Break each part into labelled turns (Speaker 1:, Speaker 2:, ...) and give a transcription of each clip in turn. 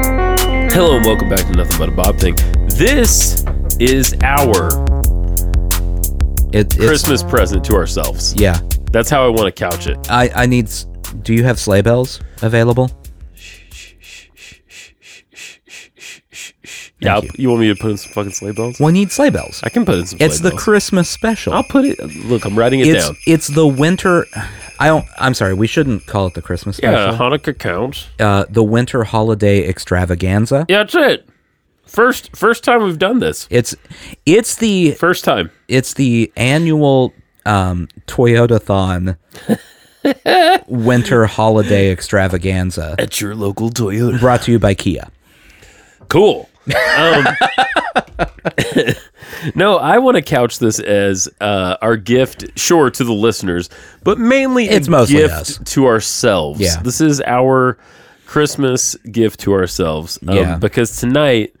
Speaker 1: Hello and welcome back to Nothing But a Bob Thing. This is our
Speaker 2: It, it's
Speaker 1: Christmas present to ourselves.
Speaker 2: yeah.
Speaker 1: That's how I want to couch it.
Speaker 2: I I need. s- Do you have sleigh bells available?
Speaker 1: Yeah, you. you want me to put in some fucking sleigh bells?
Speaker 2: We need sleigh bells.
Speaker 1: I can put in some.
Speaker 2: It's
Speaker 1: sleigh
Speaker 2: the
Speaker 1: bells.
Speaker 2: Christmas special.
Speaker 1: I'll put it. Look, I'm writing it
Speaker 2: it's
Speaker 1: down.
Speaker 2: it's the winter. I don't. I'm sorry. We shouldn't call it the Christmas
Speaker 1: Yeah, uh-huh.
Speaker 2: special.
Speaker 1: Hanukkah counts.
Speaker 2: Uh, the winter holiday extravaganza.
Speaker 1: Yeah, that's it. First, first time we've done this.
Speaker 2: It's it's the
Speaker 1: First time.
Speaker 2: it's the annual um, Toyota Thon winter holiday extravaganza
Speaker 1: At your local Toyota.
Speaker 2: brought to you by Kia.
Speaker 1: Cool. Um, no, I want to couch this as uh, our gift, sure, to the listeners, but mainly
Speaker 2: It's
Speaker 1: a
Speaker 2: mostly
Speaker 1: gift
Speaker 2: us.
Speaker 1: to ourselves.
Speaker 2: Yeah.
Speaker 1: This is our Christmas gift to ourselves. Um,
Speaker 2: Yeah.
Speaker 1: Because tonight,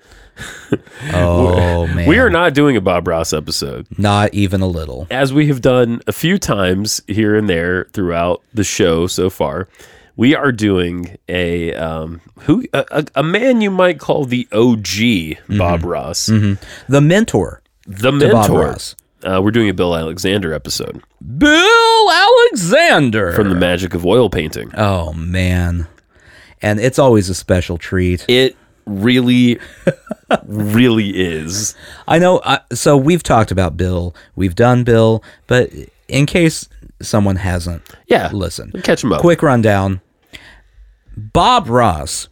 Speaker 2: Oh man,
Speaker 1: we are not doing a Bob Ross episode,
Speaker 2: not even a little.
Speaker 1: as we have done a few times here and there throughout the show so far. We are doing a um, who a, a, a man you might call the OG Bob
Speaker 2: Mm-hmm.
Speaker 1: Ross,
Speaker 2: The mentor
Speaker 1: the
Speaker 2: to Bob
Speaker 1: mentor.
Speaker 2: Ross.
Speaker 1: Uh, we're doing a Bill Alexander episode
Speaker 2: Bill Alexander
Speaker 1: from the magic of oil painting.
Speaker 2: Oh man. And it's always a special treat.
Speaker 1: It really, really is.
Speaker 2: I know I, so we've talked about Bill, we've done Bill, but in case someone hasn't,
Speaker 1: Yeah.
Speaker 2: listen.
Speaker 1: Catch him up.
Speaker 2: Quick rundown. Bob Ross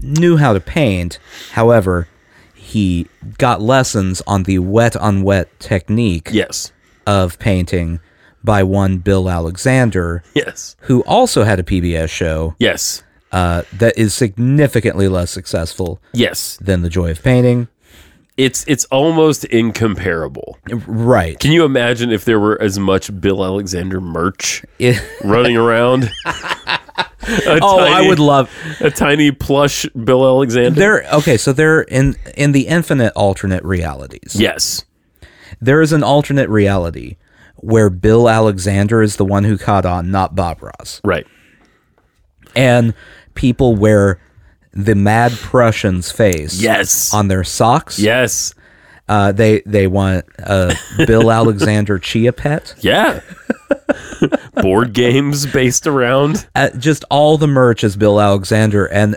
Speaker 2: knew how to paint. However, he got lessons on the wet on wet technique
Speaker 1: Yes.
Speaker 2: of painting by one Bill Alexander,
Speaker 1: Yes.
Speaker 2: who also had a PBS show
Speaker 1: Yes.
Speaker 2: uh, that is significantly less successful
Speaker 1: Yes.
Speaker 2: than the joy of painting.
Speaker 1: It's it's almost incomparable.
Speaker 2: Right.
Speaker 1: Can you imagine if there were as much Bill Alexander merch
Speaker 2: It-
Speaker 1: running around? A
Speaker 2: oh,
Speaker 1: tiny,
Speaker 2: I would love
Speaker 1: a tiny plush Bill Alexander.
Speaker 2: there. Okay, so there in in the infinite alternate realities,
Speaker 1: Yes.
Speaker 2: there is an alternate reality where Bill Alexander is the one who caught on, not Bob Ross,
Speaker 1: Right.
Speaker 2: and people wear the Mad Prussian's face
Speaker 1: Yes.
Speaker 2: on their socks.
Speaker 1: yes.
Speaker 2: Uh, they they want a Bill Alexander chia pet.
Speaker 1: Yeah. Board games based around.
Speaker 2: uh, just all the merch is Bill Alexander, and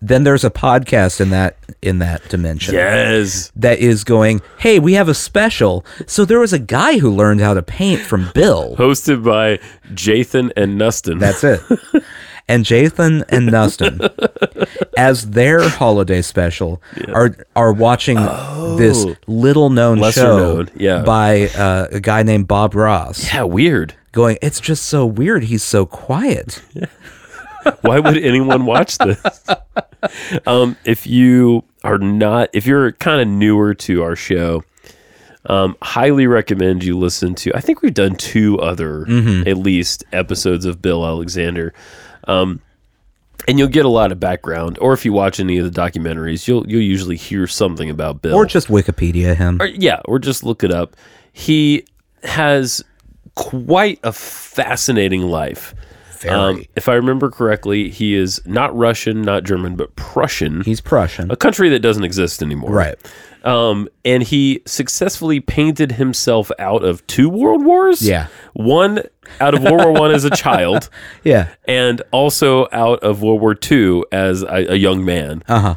Speaker 2: then there's a podcast in that in that dimension
Speaker 1: Yes.
Speaker 2: that is going. Hey, we have a special. So there was a guy who learned how to paint from Bill.
Speaker 1: hosted by Jathan and Nustin.
Speaker 2: That's it. And Jathan and Nustin, as their holiday special, are are watching this little known
Speaker 1: Oh. Lesser
Speaker 2: show
Speaker 1: known, yeah.
Speaker 2: by uh, a guy named Bob Ross.
Speaker 1: yeah, weird.
Speaker 2: Going, it's just so weird. He's so quiet.
Speaker 1: Why would anyone watch this? Um, if you are not, if you're kind of newer to our show, um, highly recommend you listen to. I think we've done two other, at least, episodes of Bill Alexander, um, and you'll get a lot of background. Or if you watch any of the documentaries, you'll you'll usually hear something about Bill.
Speaker 2: Or just Wikipedia him.
Speaker 1: or- yeah, or just look it up. He has quite a fascinating life. Um, if I remember correctly, he is not Russian, not German, but Prussian,
Speaker 2: He's Prussian.
Speaker 1: a country that doesn't exist anymore.
Speaker 2: Right.
Speaker 1: Um, and he successfully painted himself out of two world wars.
Speaker 2: Yeah.
Speaker 1: One out of World War One as a child,
Speaker 2: Yeah.
Speaker 1: and also out of World War Two as a, a young man.
Speaker 2: Uh huh.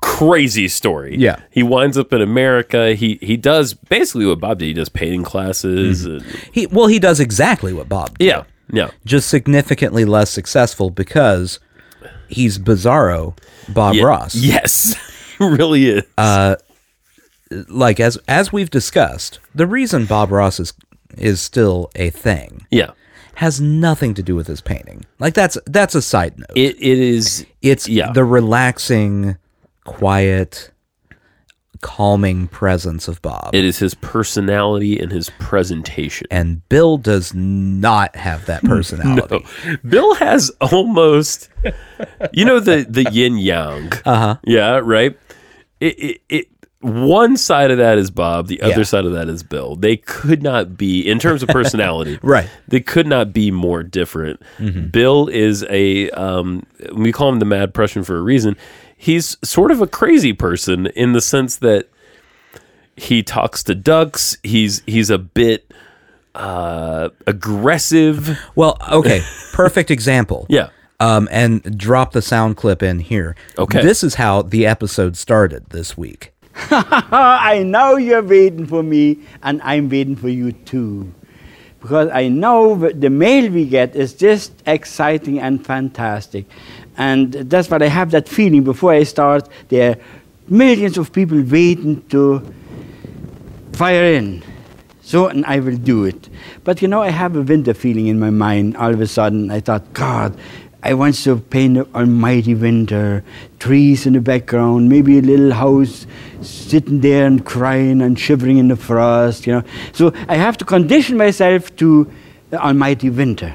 Speaker 1: crazy story.
Speaker 2: Yeah.
Speaker 1: he winds up in America. He he does basically what Bob did. He does painting classes. and-
Speaker 2: He well, he does exactly what Bob, did,
Speaker 1: Mm-hmm. yeah, yeah,
Speaker 2: just significantly less successful because he's Bizarro Bob Ross.
Speaker 1: yes, he really is.
Speaker 2: Like as as we've discussed, the reason Bob Ross is is still a thing
Speaker 1: yeah,
Speaker 2: has nothing to do with his painting. Like that's that's a side note.
Speaker 1: it it is.
Speaker 2: It's
Speaker 1: yeah.
Speaker 2: the relaxing, quiet, calming presence of Bob.
Speaker 1: It is his personality and his presentation.
Speaker 2: and Bill does not have that personality.
Speaker 1: Bill has almost,
Speaker 2: Uh-huh.
Speaker 1: you know, the the yin yang. Uh huh. Yeah, right. It, it it one side of that is Bob, the other
Speaker 2: Yeah.
Speaker 1: side of that is Bill. They could not be, in terms of personality,
Speaker 2: Right. Mm-hmm.
Speaker 1: They could not be more different. Bill is a, um, we call him the Mad Prussian for a reason. He's sort of a crazy person in the sense that he talks to ducks. He's he's a bit uh, aggressive.
Speaker 2: Well, okay. Perfect example.
Speaker 1: Yeah.
Speaker 2: Um, and drop the sound clip in here.
Speaker 1: Okay.
Speaker 2: This is how the episode started this week.
Speaker 3: I know you're waiting for me, and I'm waiting for you too. Because I know that the mail we get is just exciting and fantastic. And that's what I have that feeling before I start. There are millions of people waiting to fire in. So, and I will do it. But you know, I have a winter feeling in my mind. All of a sudden, I thought, God, I want to paint an almighty winter. Trees in the background, maybe a little house sitting there and crying and shivering in the frost, you know. So, I have to condition myself to the almighty winter.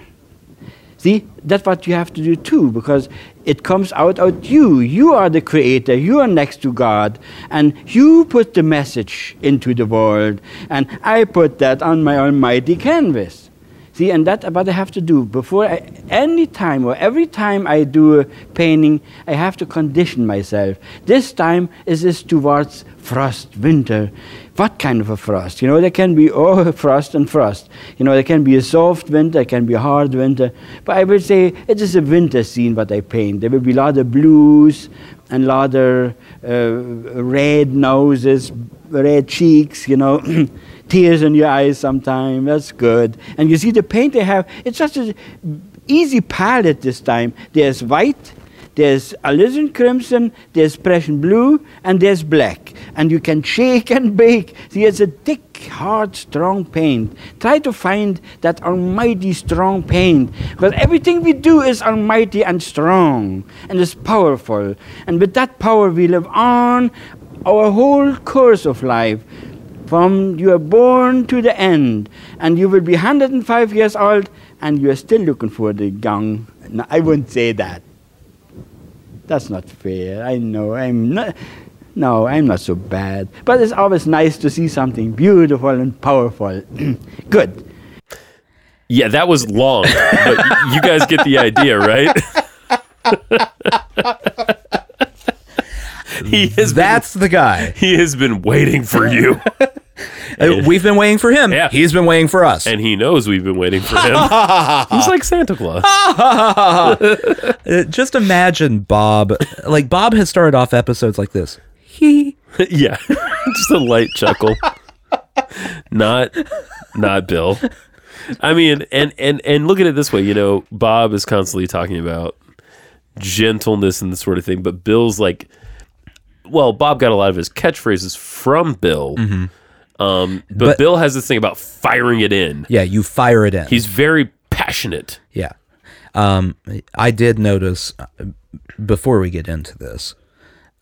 Speaker 3: See, that's what you have to do too, because it comes out out you. You are the creator. You are next to God, and you put the message into the world, and I put that on my almighty canvas. See, and that's what I have to do before I, any time or every time I do a painting. I have to condition myself. This time is this towards frost, winter. What kind of a frost? You know, there can be oh, frost and frost. You know, there can be a soft winter, there can be a hard winter. But I will say it is a winter scene what I paint. There will be a lot of blues and a lot of uh, red noses, red cheeks, you know, tears in your eyes sometimes. That's good. And you see the paint they have, it's such an easy palette this time. There's white, there's alizarin crimson, there's Prussian blue, and there's black. And you can shake and bake. See, it's a thick, hard, strong paint. Try to find that almighty strong paint. Because everything we do is almighty and strong and is powerful. And with that power, we live on our whole course of life from you are born to the end, and you will be 105 years old, and you are still looking for the gong. No, I wouldn't say that. That's not fair. I know. I'm not. No, I'm not so bad. But it's always nice to see something beautiful and powerful. Good.
Speaker 1: Yeah, that was long, but you guys get the idea, right? he has
Speaker 2: That's the guy.
Speaker 1: been, he has been waiting for you,
Speaker 2: Uh, We've been waiting for him.
Speaker 1: Yeah.
Speaker 2: He's been waiting for us.
Speaker 1: and he knows we've been waiting for him. He's like Santa Claus.
Speaker 2: Uh, just imagine Bob. Like Bob has started off episodes like this. He.
Speaker 1: yeah, just a light chuckle. Not, not Bill. I mean, and and and look at it this way. You know, Bob is constantly talking about gentleness and this sort of thing, but Bill's like, well, Bob got a lot of his catchphrases from Bill. Um, but,
Speaker 2: But-
Speaker 1: Bill has this thing about firing it in.
Speaker 2: Yeah, you fire it in.
Speaker 1: He's very passionate.
Speaker 2: Yeah. Um, I did notice uh, before we get into this,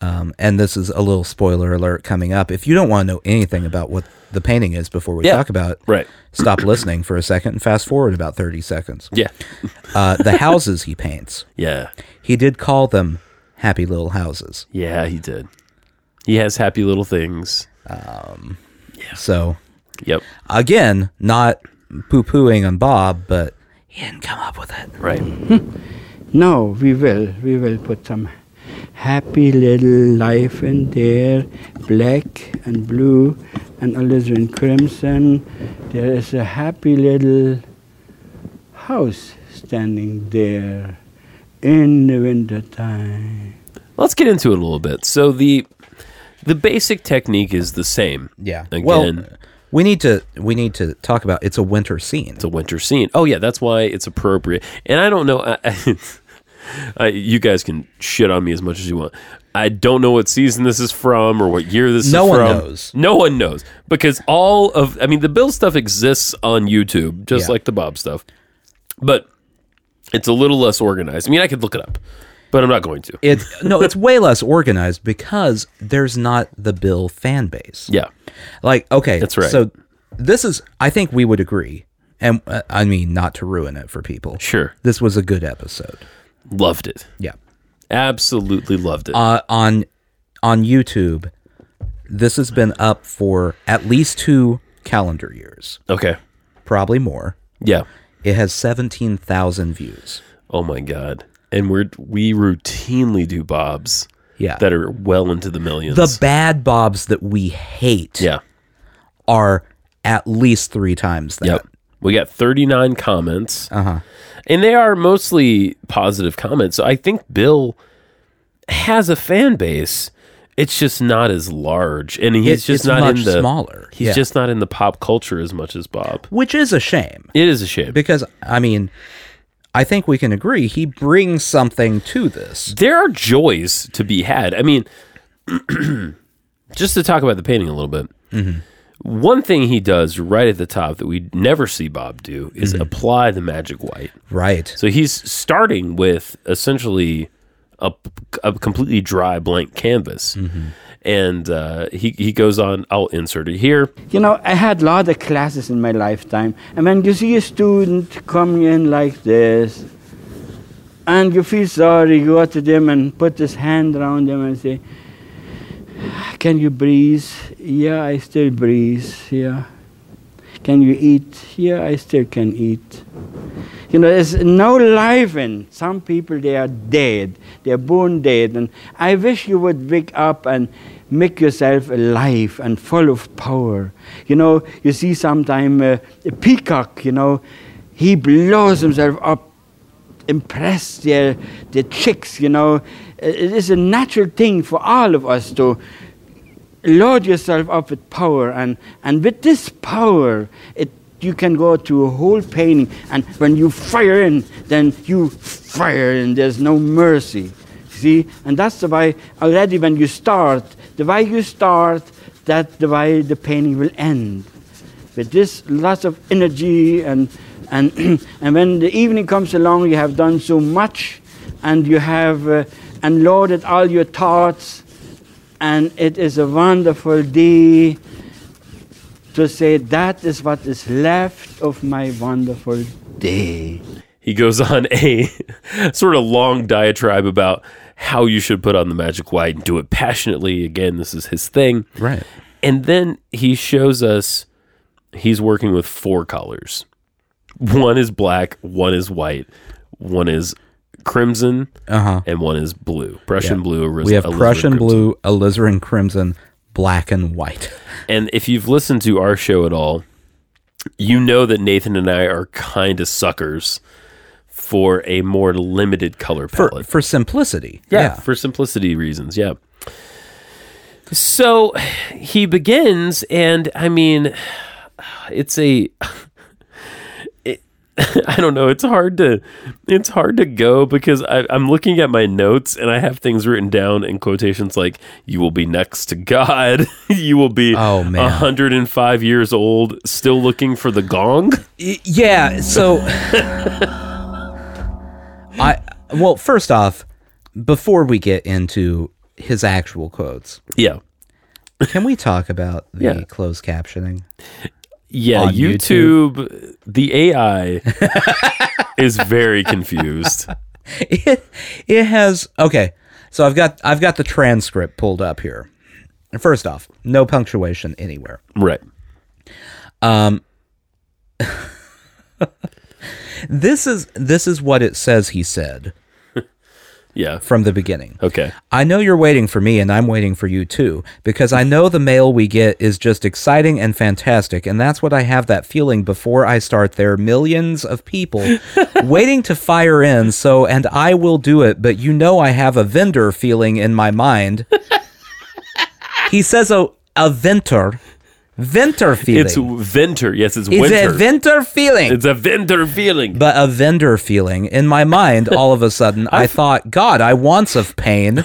Speaker 2: um, and this is a little spoiler alert coming up. If you don't want to know anything about what the painting is before we talk about it,
Speaker 1: Right.
Speaker 2: stop listening for a second and fast forward about 30 seconds.
Speaker 1: Yeah.
Speaker 2: Uh, the houses he paints,
Speaker 1: Yeah.
Speaker 2: he did call them happy little houses.
Speaker 1: Yeah, he did. He has happy little things.
Speaker 2: So,
Speaker 1: Yep.
Speaker 2: again, not poo pooing on Bob, but he didn't come up with it.
Speaker 1: Right.
Speaker 3: No, we will. We will put some happy little life in there. Black and blue and alizarin crimson. There is a happy little house standing there in the winter time.
Speaker 1: Let's get into it a little bit. So the the basic technique is the same.
Speaker 2: Yeah.
Speaker 1: Again,
Speaker 2: Well, we need to we need to talk about it's a winter scene.
Speaker 1: it's a winter scene. Oh yeah, that's why it's appropriate. And I don't know. I, I, I, you guys can shit on me as much as you want. I don't know what season this is from or what year this
Speaker 2: No
Speaker 1: is
Speaker 2: one
Speaker 1: from.
Speaker 2: knows.
Speaker 1: No one knows because all of I mean the Bill stuff exists on YouTube just
Speaker 2: Yeah.
Speaker 1: like the Bob stuff, but it's a little less organized. I mean, I could look it up, but I'm not going to.
Speaker 2: It no, it's way less organized because there's not the Bill fan base.
Speaker 1: yeah,
Speaker 2: Like okay, that's
Speaker 1: right.
Speaker 2: So this is I think we would agree, and uh, I mean not to ruin it for people.
Speaker 1: Sure.
Speaker 2: this was a good episode.
Speaker 1: loved it.
Speaker 2: Yeah, Um,
Speaker 1: Absolutely loved it.
Speaker 2: uh, on on YouTube, This has been up for at least two calendar years,
Speaker 1: Okay.
Speaker 2: probably more.
Speaker 1: Yeah.
Speaker 2: It has 17,000 views.
Speaker 1: Oh my god. And we're we routinely do bobs
Speaker 2: Yeah.
Speaker 1: that are well into the millions.
Speaker 2: the bad bobs that we hate
Speaker 1: yeah.
Speaker 2: are at least three times that.
Speaker 1: Yep. We got 39 comments.
Speaker 2: Uh huh.
Speaker 1: And they are mostly positive comments. So I think Bill has a fan base. It's just not as large. And he's
Speaker 2: It-
Speaker 1: just
Speaker 2: it's
Speaker 1: not in
Speaker 2: much
Speaker 1: the
Speaker 2: smaller.
Speaker 1: He's
Speaker 2: Yeah.
Speaker 1: just not in the pop culture as much as Bob.
Speaker 2: Which is a shame
Speaker 1: It is a shame.
Speaker 2: because, I mean, I think we can agree he brings something to this.
Speaker 1: there are joys to be had. I mean, just to talk about the painting a little bit. One thing he does right at the top that we never see Bob do is apply the magic white.
Speaker 2: Right.
Speaker 1: So he's starting with essentially a, a completely dry blank canvas. And uh, he, he goes on, I'll insert it here.
Speaker 3: You know, I had a lot of classes in my lifetime, and when you see a student coming in like this, and you feel sorry, you go to them and put this hand around them and say, Can you breathe? Yeah, I still breathe. Yeah. Can you eat? Yeah, I still can eat. You know, there's no life in some people. They are dead. They are born dead, and I wish you would wake up and make yourself alive and full of power. You know, you see sometime uh, a peacock. You know, he blows himself up, impress their their chicks. You know, it is a natural thing for all of us to load yourself up with power and, and with this power it you can go to a whole painting and when you fire in then you fire and there's no mercy see and that's the way already when you start the way you start that the way the painting will end with this lots of energy and and and when the evening comes along you have done so much and you have uh, unloaded all your thoughts and it is a wonderful day to say that is what is left of my wonderful day.
Speaker 1: He goes on a sort of long diatribe about how you should put on the magic white and do it passionately. Again, this is his thing.
Speaker 2: Right.
Speaker 1: And then he shows us he's working with four colors. One is black, one is white, one is crimson,
Speaker 2: Uh huh.
Speaker 1: and one is blue. Prussian blue. Eris-
Speaker 2: We have
Speaker 1: alizarin
Speaker 2: Prussian
Speaker 1: crimson.
Speaker 2: blue, alizarin crimson, black and white.
Speaker 1: And if you've listened to our show at all, you know that Nathan and I are kind of suckers for a more limited color
Speaker 2: For
Speaker 1: palette.
Speaker 2: for simplicity.
Speaker 1: For simplicity reasons. Yeah. So he begins, and I mean, it's a. it- I don't know. It's hard to, it's hard to go because I, I'm looking at my notes and I have things written down in quotations like "You will be next to God," "You will be
Speaker 2: Oh, man.
Speaker 1: 105 years old, still looking for the gong."
Speaker 2: Y- Yeah. So I well, first off, before we get into his actual quotes,
Speaker 1: Yeah,
Speaker 2: can we talk about the
Speaker 1: Yeah.
Speaker 2: closed captioning?
Speaker 1: yeah.
Speaker 2: On
Speaker 1: YouTube,
Speaker 2: YouTube.
Speaker 1: the AI is very confused.
Speaker 2: It it has okay. So I've got I've got the transcript pulled up here. First off, no punctuation anywhere.
Speaker 1: Right.
Speaker 2: This is this is what it says he said
Speaker 1: Yeah.
Speaker 2: from the beginning.
Speaker 1: Okay.
Speaker 2: I know you're waiting for me, and I'm waiting for you too, because I know the mail we get is just exciting and fantastic, and that's what I have that feeling before I start. There are millions of people waiting to fire in, so, and I will do it, but you know I have a vendor feeling in my mind. he says a, a venter, venter feeling.
Speaker 1: It's winter. Yes, it's,
Speaker 2: It's
Speaker 1: winter.
Speaker 2: a venter feeling.
Speaker 1: it's a winter feeling.
Speaker 2: but a vendor feeling in my mind all of a sudden i thought god i wants of pain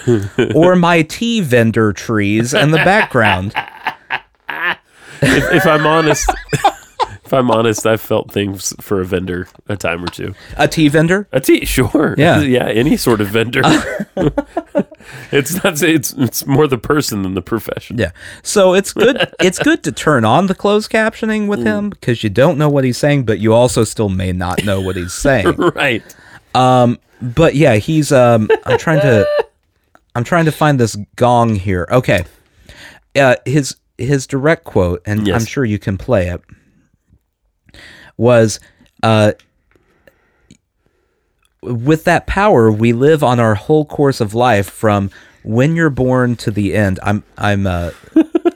Speaker 2: or my tea vendor trees in the background
Speaker 1: if, if I'm honest, if I'm honest, I've felt things for a vendor a time or two.
Speaker 2: a tea vendor
Speaker 1: A tea, sure.
Speaker 2: Yeah.
Speaker 1: yeah. Any sort of vendor. it's not. It's it's more the person than the profession.
Speaker 2: yeah so it's good it's good to turn on the closed captioning with him because you don't know what he's saying but you also still may not know what he's saying
Speaker 1: Right.
Speaker 2: but yeah he's um i'm trying to i'm trying to find this gong here okay uh, his his direct quote, and
Speaker 1: Yes.
Speaker 2: I'm sure you can play it, was, uh, "With that power, we live on our whole course of life from when you're born to the end." I'm I'm uh,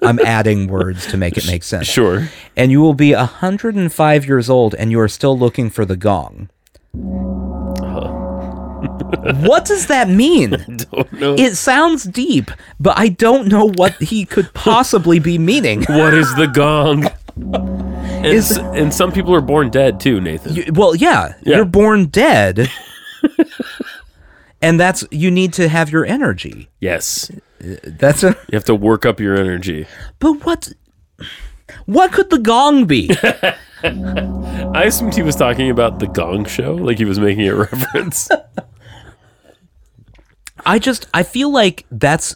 Speaker 2: I'm adding words to make it make sense.
Speaker 1: Sure.
Speaker 2: And you will be 105 years old, and you are still looking for the gong. what does that mean?
Speaker 1: Don't know.
Speaker 2: It sounds deep, but I don't know what he could possibly be meaning.
Speaker 1: what is the gong? And, s- and some people are born dead too, Nathan.
Speaker 2: You- Well, yeah,
Speaker 1: Yeah.
Speaker 2: you're born dead. and that's you need to have your energy.
Speaker 1: yes.
Speaker 2: That's a
Speaker 1: You have to work up your energy.
Speaker 2: But what what could the gong be?
Speaker 1: I assumed he was talking about the gong show, like he was making a reference.
Speaker 2: I just I feel like that's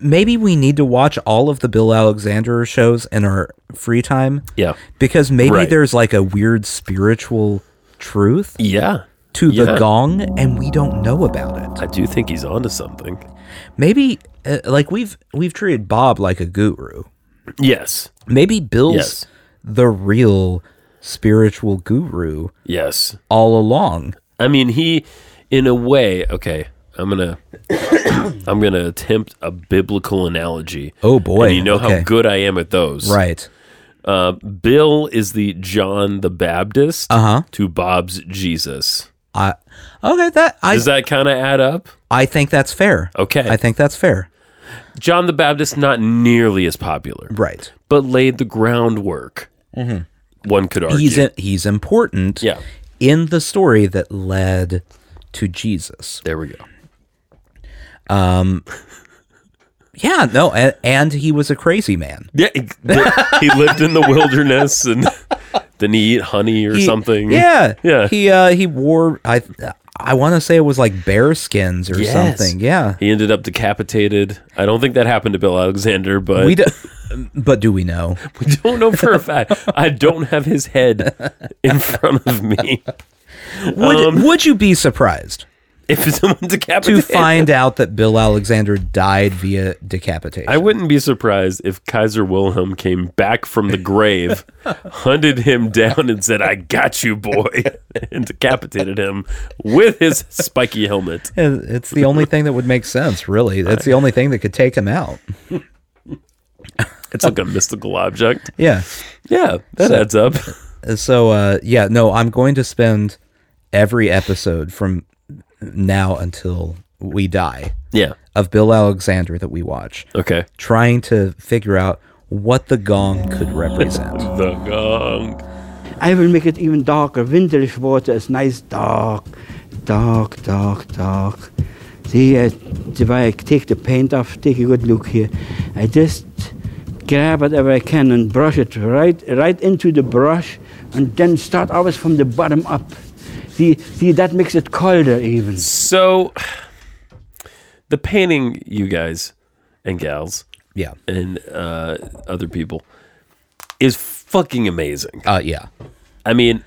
Speaker 2: maybe we need to watch all of the Bill Alexander shows in our free time
Speaker 1: yeah.
Speaker 2: because maybe
Speaker 1: Right.
Speaker 2: there's like a weird spiritual truth
Speaker 1: Yeah.
Speaker 2: to
Speaker 1: Yeah.
Speaker 2: the gong and we don't know about it.
Speaker 1: I do think he's onto something.
Speaker 2: Maybe uh, like we've we've treated Bob like a guru.
Speaker 1: Yes.
Speaker 2: Maybe Bill's
Speaker 1: Yes.
Speaker 2: the real spiritual guru
Speaker 1: Yes.
Speaker 2: all along.
Speaker 1: I mean, he, in a way, okay, I'm going to, I'm going to attempt a biblical analogy.
Speaker 2: Oh, boy.
Speaker 1: And you know
Speaker 2: Okay.
Speaker 1: how good I am at those.
Speaker 2: Right.
Speaker 1: Uh, Bill is the John the Baptist
Speaker 2: Uh-huh.
Speaker 1: to Bob's Jesus.
Speaker 2: I Okay, that I
Speaker 1: Does that kind of add up?
Speaker 2: I think that's fair.
Speaker 1: Okay.
Speaker 2: I think that's fair.
Speaker 1: John the Baptist, not nearly as popular,
Speaker 2: Right.
Speaker 1: but laid the groundwork. One could argue.
Speaker 2: He's he's important
Speaker 1: Yeah.
Speaker 2: in the story that led to Jesus.
Speaker 1: There we go.
Speaker 2: Yeah, no, and, and he was a crazy man.
Speaker 1: Yeah, he- he lived in the wilderness and didn't he eat honey or
Speaker 2: He-
Speaker 1: something?
Speaker 2: Yeah.
Speaker 1: Yeah.
Speaker 2: He uh he wore I I want to say it was like bear skins or
Speaker 1: Yes.
Speaker 2: something. Yeah.
Speaker 1: He ended up decapitated. I don't think that happened to Bill Alexander, but
Speaker 2: We
Speaker 1: we,
Speaker 2: do, but do we know?
Speaker 1: don't know for a fact. I don't have his head in front of me.
Speaker 2: Would,
Speaker 1: Um,
Speaker 2: would you be surprised
Speaker 1: If someone
Speaker 2: to
Speaker 1: decapitated,
Speaker 2: find out that Bill Alexander died via decapitation?
Speaker 1: I wouldn't be surprised if Kaiser Wilhelm came back from the grave, hunted him down, and said, "I got you, boy," and decapitated him with his spiky helmet.
Speaker 2: It- It's the only thing that would make sense, really. That's the only thing that could take him out.
Speaker 1: It's like a mystical object.
Speaker 2: Yeah.
Speaker 1: Yeah, that adds up.
Speaker 2: So, uh, yeah, no, I'm going to spend every episode from now until we die
Speaker 1: Yeah.
Speaker 2: of Bill Alexander that we watch
Speaker 1: Okay.
Speaker 2: trying to figure out what the gong could represent.
Speaker 1: The gong.
Speaker 3: I will make it even darker. Winterish water is nice, dark, dark, dark, dark. See, I, the way I take the paint off, take a good look here. I just grab whatever I can and brush it right, right into the brush, and then start always from the bottom up. See, see, that makes it colder even.
Speaker 1: So, the painting, you guys and gals
Speaker 2: yeah.
Speaker 1: and uh, other people, is fucking amazing.
Speaker 2: Uh, yeah.
Speaker 1: I mean,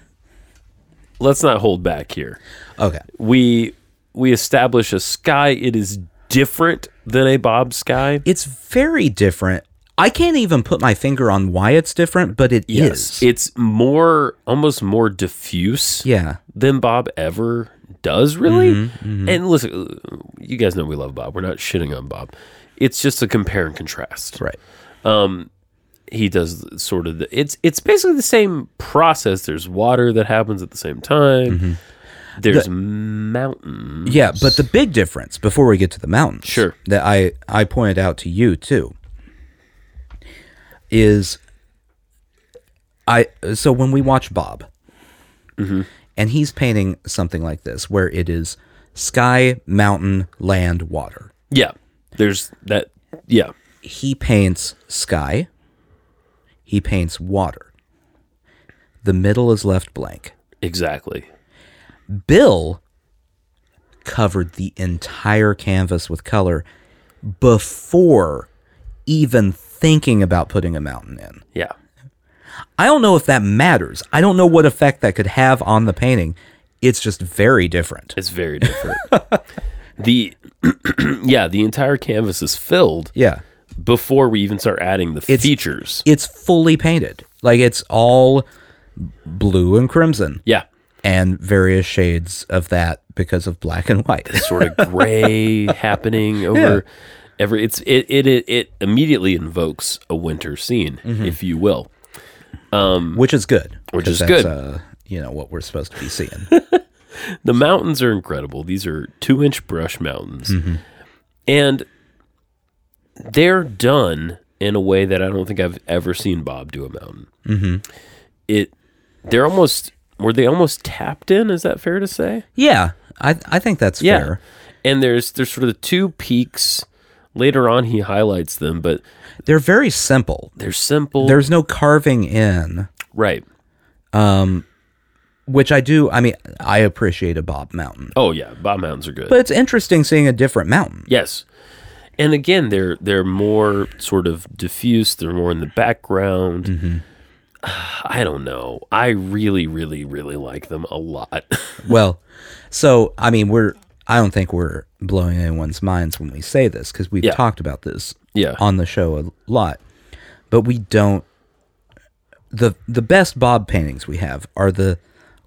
Speaker 1: let's not hold back here.
Speaker 2: Okay.
Speaker 1: We we establish a sky. It is different than a Bob sky.
Speaker 2: It's very different. I can't even put my finger on why it's different, but it is.
Speaker 1: it's more almost more diffuse.
Speaker 2: yeah. Mm-hmm,
Speaker 1: than Bob ever does, really. And listen, uh, you guys know we love Bob. We're not shitting on Bob. It's just a compare and contrast.
Speaker 2: Right.
Speaker 1: He does sort of the, it's it's basically the same process. There's water that happens at the same time.
Speaker 2: Mm-hmm.
Speaker 1: There's mountain.
Speaker 2: Yeah, but the big difference before we get to the mountains,
Speaker 1: Sure.
Speaker 2: that I I pointed out to you too, is I so when we watch Bob, and he's painting something like this where it is sky, mountain, land, water.
Speaker 1: Yeah. There's that yeah.
Speaker 2: He paints sky. He paints water. The middle is left blank.
Speaker 1: Exactly.
Speaker 2: Bill covered the entire canvas with color before even thinking about putting a mountain in.
Speaker 1: Yeah.
Speaker 2: I don't know if that matters. I don't know what effect that could have on the painting. It's just very different.
Speaker 1: It's very different. the yeah, the entire canvas is filled
Speaker 2: Yeah.
Speaker 1: before we even start adding the
Speaker 2: It's-
Speaker 1: features.
Speaker 2: It's fully painted. Like it's all blue and crimson
Speaker 1: Yeah.
Speaker 2: and various shades of that because of black and white.
Speaker 1: Sort of gray happening over every it's it, it it it immediately invokes a winter scene, if you will.
Speaker 2: which is good.
Speaker 1: Which
Speaker 2: 'cause
Speaker 1: is good.
Speaker 2: Uh, you know what we're supposed to be seeing.
Speaker 1: The mountains are incredible. These are two inch brush mountains. And they're done in a way that I don't think I've ever seen Bob do a mountain. Mm-hmm. It they're almost were they almost tapped in, is that fair to say?
Speaker 2: yeah, I I think that's fair.
Speaker 1: And there's there's sort of the two peaks. Later on he highlights them, but
Speaker 2: They're very simple.
Speaker 1: they're simple.
Speaker 2: There's no carving in,
Speaker 1: right.
Speaker 2: which I do. I mean, I appreciate a Bob Mountain,
Speaker 1: Oh yeah, Bob mountains are good.
Speaker 2: but it's interesting seeing a different mountain.
Speaker 1: Yes. And again, they're they're more sort of diffuse. They're more in the background. I don't know. I really, really, really like them a lot.
Speaker 2: Well, so I mean, we're I don't think we're blowing anyone's minds when we say this because we've
Speaker 1: Yeah.
Speaker 2: talked about this
Speaker 1: yeah.
Speaker 2: on the show a lot, but we don't. the The best Bob paintings we have are the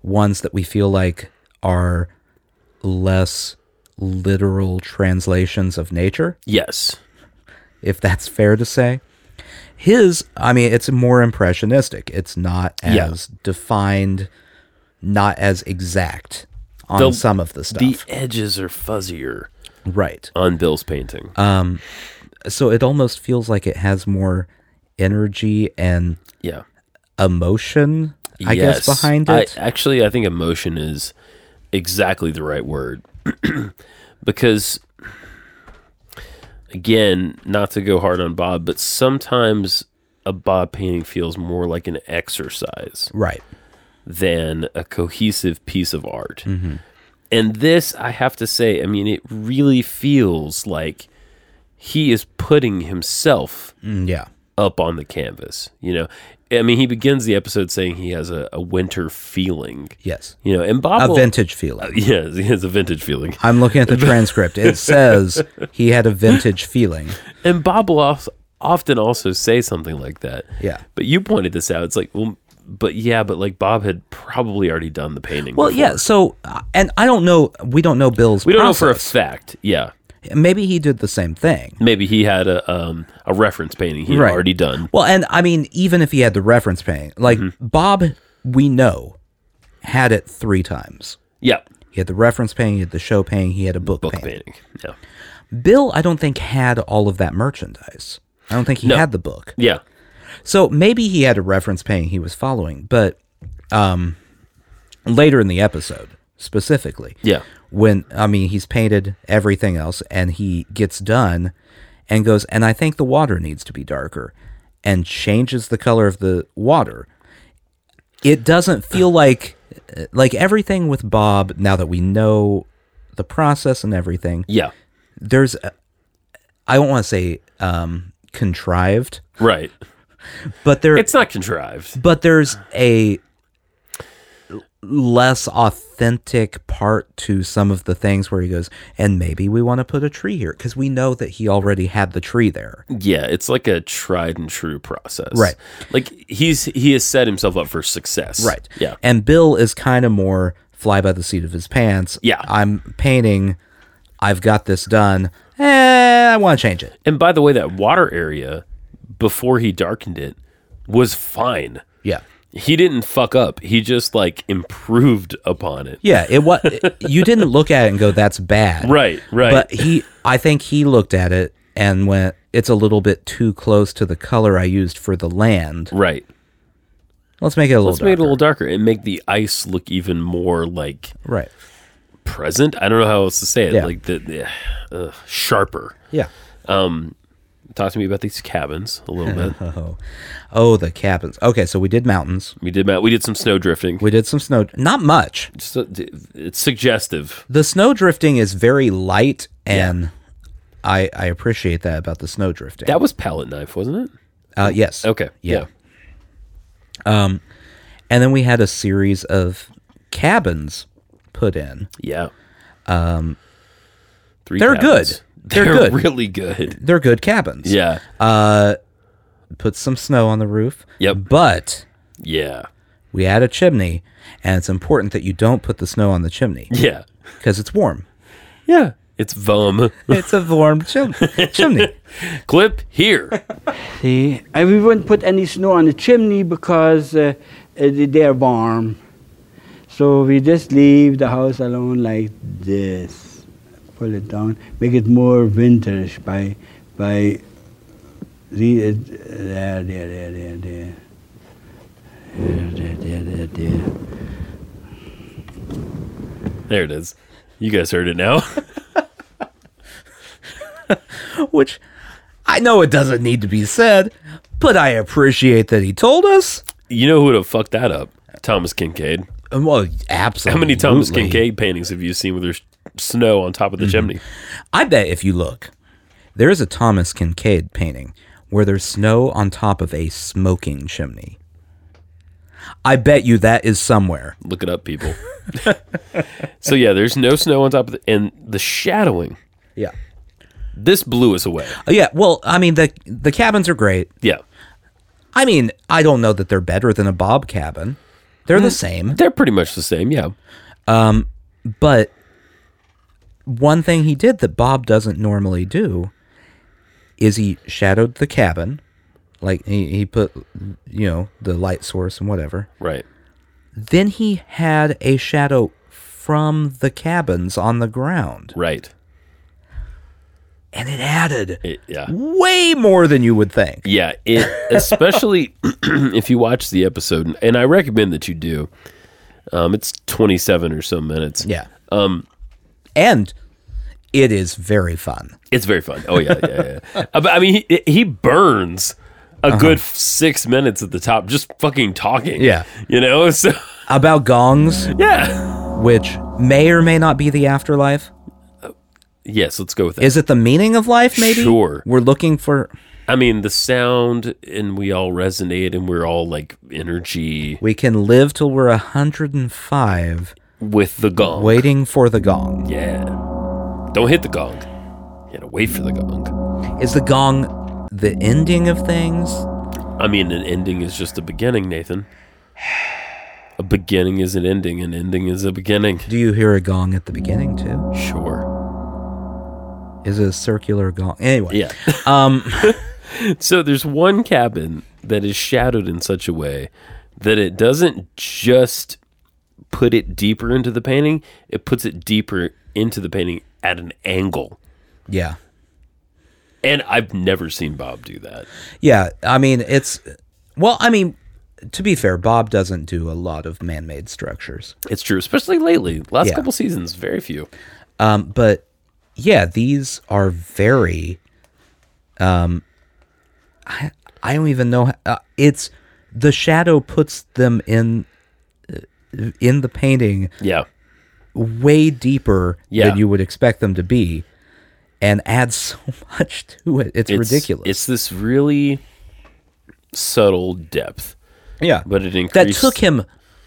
Speaker 2: ones that we feel like are less literal translations of nature,
Speaker 1: yes.
Speaker 2: if that's fair to say. His, I mean, it's more impressionistic. It's not
Speaker 1: Yeah.
Speaker 2: as defined, not as exact on
Speaker 1: The-
Speaker 2: some of the
Speaker 1: The
Speaker 2: stuff.
Speaker 1: edges are fuzzier
Speaker 2: right.
Speaker 1: on Bill's painting.
Speaker 2: So it almost feels like it has more energy and
Speaker 1: yeah.
Speaker 2: emotion, I
Speaker 1: Yes.
Speaker 2: guess, behind
Speaker 1: I-
Speaker 2: it.
Speaker 1: actually, I think emotion is exactly the right word because, again, not to go hard on Bob, but sometimes a Bob painting feels more like an exercise
Speaker 2: right.
Speaker 1: than a cohesive piece of art.
Speaker 2: Mm-hmm.
Speaker 1: And this, I have to say, I mean, it really feels like he is putting himself
Speaker 2: Mm, Yeah.
Speaker 1: up on the canvas. You know, I mean, he begins the episode saying he has a, a winter feeling.
Speaker 2: Yes.
Speaker 1: You know, and Bob
Speaker 2: a
Speaker 1: will-
Speaker 2: vintage feeling.
Speaker 1: Yeah, he has a vintage feeling.
Speaker 2: I'm looking at uh, the transcript. It says he had a vintage feeling.
Speaker 1: And Bob will of- often also say something like that.
Speaker 2: Yeah.
Speaker 1: But you pointed this out. It's like, well, but yeah, but like Bob had probably already done the painting.
Speaker 2: Well,
Speaker 1: before.
Speaker 2: yeah. So, uh, and I don't know. We don't know Bill's.
Speaker 1: We don't know for a fact. Yeah.
Speaker 2: for a. Maybe he did the same thing.
Speaker 1: Maybe he had a um, a reference painting he had
Speaker 2: Right.
Speaker 1: already done. Mm-hmm.
Speaker 2: Well, and I mean, even if he had the reference painting, like Bob, we know, had it three times.
Speaker 1: Yeah.
Speaker 2: He had the reference painting, he had the show painting, he had a book,
Speaker 1: Book
Speaker 2: painting.
Speaker 1: painting. Yeah.
Speaker 2: Bill, I don't think had all of that merchandise. I don't think he
Speaker 1: No.
Speaker 2: had the book.
Speaker 1: Yeah.
Speaker 2: So maybe he had a reference painting he was following, but um, later in the episode, specifically,
Speaker 1: Yeah.
Speaker 2: when I mean he's painted everything else and he gets done and goes, and I think the water needs to be darker, and changes the color of the water. It doesn't feel like like everything with Bob now that we know the process and everything.
Speaker 1: Yeah.
Speaker 2: There's, a, I don't want to say um, contrived,
Speaker 1: Right.
Speaker 2: but there
Speaker 1: It's not contrived.
Speaker 2: but there's a less authentic part to some of the things where he goes and maybe we want to put a tree here because we know that he already had the tree there
Speaker 1: Yeah, it's like a tried and true process.
Speaker 2: Right.
Speaker 1: Like he's he has set himself up for success. Yeah.
Speaker 2: and bill is kind of more fly by the seat of his pants
Speaker 1: Yeah.
Speaker 2: i'm painting i've got this done eh, i want to change it
Speaker 1: And by the way, that water area before he darkened it was fine.
Speaker 2: yeah
Speaker 1: He didn't fuck up. He just like improved upon it.
Speaker 2: yeah it was you didn't look at it and go that's bad
Speaker 1: Right, right.
Speaker 2: But he, I think he looked at it and went, "It's a little bit too close to the color I used for the land.
Speaker 1: right.
Speaker 2: Let's make it a little
Speaker 1: Let's make it a
Speaker 2: darker."
Speaker 1: little darker and make the ice look even more like
Speaker 2: right.
Speaker 1: present. I don't know how else to say it.
Speaker 2: Yeah.
Speaker 1: Like the, the uh, sharper.
Speaker 2: Yeah.
Speaker 1: Talk to me about these cabins a little bit.
Speaker 2: Oh, oh, the cabins. Okay, so we did mountains.
Speaker 1: we did we did some snow drifting.
Speaker 2: We did some snow. Not much.
Speaker 1: Just, uh, it's suggestive.
Speaker 2: The snow drifting is very light, and I I appreciate that about the snow drifting.
Speaker 1: That was palette knife, wasn't it?
Speaker 2: uh, yes.
Speaker 1: Okay.
Speaker 2: Yeah. And then we had a series of cabins put in.
Speaker 1: Yeah. Um, Three
Speaker 2: They're
Speaker 1: cabins.
Speaker 2: good. they're,
Speaker 1: They're
Speaker 2: good.
Speaker 1: really good.
Speaker 2: they're good cabins.
Speaker 1: Yeah.
Speaker 2: Uh, put some snow on the roof.
Speaker 1: Yep.
Speaker 2: But
Speaker 1: Yeah.
Speaker 2: we add a chimney, and it's important that you don't put the snow on the chimney
Speaker 1: Yeah.
Speaker 2: because it's warm.
Speaker 1: Yeah. It's VUM.
Speaker 2: It's a warm chim- chimney.
Speaker 1: Clip here.
Speaker 3: See, and we wouldn't put any snow on the chimney because uh, uh, they're warm. So we just leave the house alone like this. Pull it down, make it more winterish by by. re- uh, There, there, there, there, there. There, there, there, there, there.
Speaker 1: There it is. You guys heard it now.
Speaker 2: which I know it doesn't need to be said, but I appreciate that he told us.
Speaker 1: You know who would have fucked that up? Thomas Kincaid.
Speaker 2: Um, Well, absolutely. Mhm.
Speaker 1: How many Thomas Kincaid paintings have you seen with there's snow on top of the chimney?
Speaker 2: I bet if you look, there is a Thomas Kincaid painting where there's snow on top of a smoking chimney. I bet you that is somewhere.
Speaker 1: Look it up, people. so yeah, there's no snow on top of the and the shadowing.
Speaker 2: Yeah.
Speaker 1: This blew us away.
Speaker 2: Uh, Yeah. Well, I mean the the cabins are great.
Speaker 1: Yeah.
Speaker 2: I mean, I don't know that they're better than a bob cabin. They're the same.
Speaker 1: They're pretty much the same, yeah.
Speaker 2: But one thing he did that Bob doesn't normally do is he shadowed the cabin. Like he, he put, you know, the light source and whatever.
Speaker 1: Right.
Speaker 2: Then he had a shadow from the cabins on the ground.
Speaker 1: Right.
Speaker 2: And it added
Speaker 1: It, yeah.
Speaker 2: way more than you would think.
Speaker 1: Yeah, it especially if you watch the episode, and I recommend that you do. Um, it's twenty-seven or so minutes.
Speaker 2: Yeah. Um and it is very fun.
Speaker 1: it's very fun. Oh yeah, yeah, yeah. Uh, but, I mean, he, he burns a
Speaker 2: Uh-huh.
Speaker 1: good f- six minutes at the top just fucking talking.
Speaker 2: Yeah.
Speaker 1: you know. So
Speaker 2: About gongs,
Speaker 1: yeah,
Speaker 2: which may or may not be the afterlife.
Speaker 1: yes. Let's go with that.
Speaker 2: Is it the meaning of life, maybe?
Speaker 1: Sure.
Speaker 2: We're looking for
Speaker 1: I mean, the sound, and we all resonate, and we're all like energy
Speaker 2: We can live till we're 105
Speaker 1: with the gong.
Speaker 2: waiting for the gong.
Speaker 1: Yeah, don't hit the gong. You gotta wait for the gong.
Speaker 2: Is the gong the ending of things?
Speaker 1: I mean, an ending is just a beginning, Nathan. A beginning is an ending. An ending is a beginning.
Speaker 2: Do you hear a gong at the beginning too?
Speaker 1: Sure.
Speaker 2: Is it a circular gong? Anyway.
Speaker 1: Yeah.
Speaker 2: Um
Speaker 1: So there's one cabin that is shadowed in such a way that it doesn't just put it deeper into the painting, it puts it deeper into the painting at an angle.
Speaker 2: yeah.
Speaker 1: And I've never seen Bob do that.
Speaker 2: Yeah, I mean it's well, I mean to be fair, Bob doesn't do a lot of man-made structures.
Speaker 1: It's true, especially lately. Last
Speaker 2: Yeah.
Speaker 1: couple seasons, very few.
Speaker 2: Um but yeah, these are very um I I don't even know how, uh, it's the shadow puts them in uh, in the painting
Speaker 1: Yeah.
Speaker 2: way deeper
Speaker 1: Yeah.
Speaker 2: than you would expect them to be and adds so much to it. It's,
Speaker 1: It's-
Speaker 2: ridiculous.
Speaker 1: It's this really subtle depth,
Speaker 2: yeah.
Speaker 1: but it increased.
Speaker 2: that took him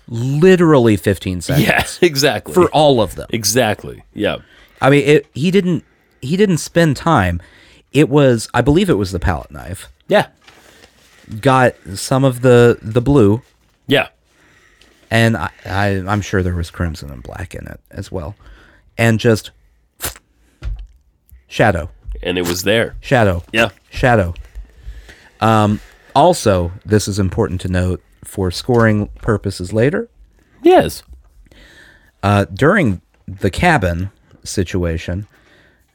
Speaker 2: literally 15 seconds
Speaker 1: Yeah, exactly.
Speaker 2: for all of them.
Speaker 1: exactly. Yeah.
Speaker 2: I mean, it, he didn't he didn't spend time. It was I believe it was the palette knife.
Speaker 1: Yeah.
Speaker 2: Got some of the the blue
Speaker 1: Yeah.
Speaker 2: and I, I I'm sure there was crimson and black in it as well. And just shadow,
Speaker 1: And it was there.
Speaker 2: shadow.
Speaker 1: Yeah.
Speaker 2: Shadow. Um, also, this is important to note for scoring purposes later.
Speaker 1: Yes.
Speaker 2: Uh, during the cabin situation,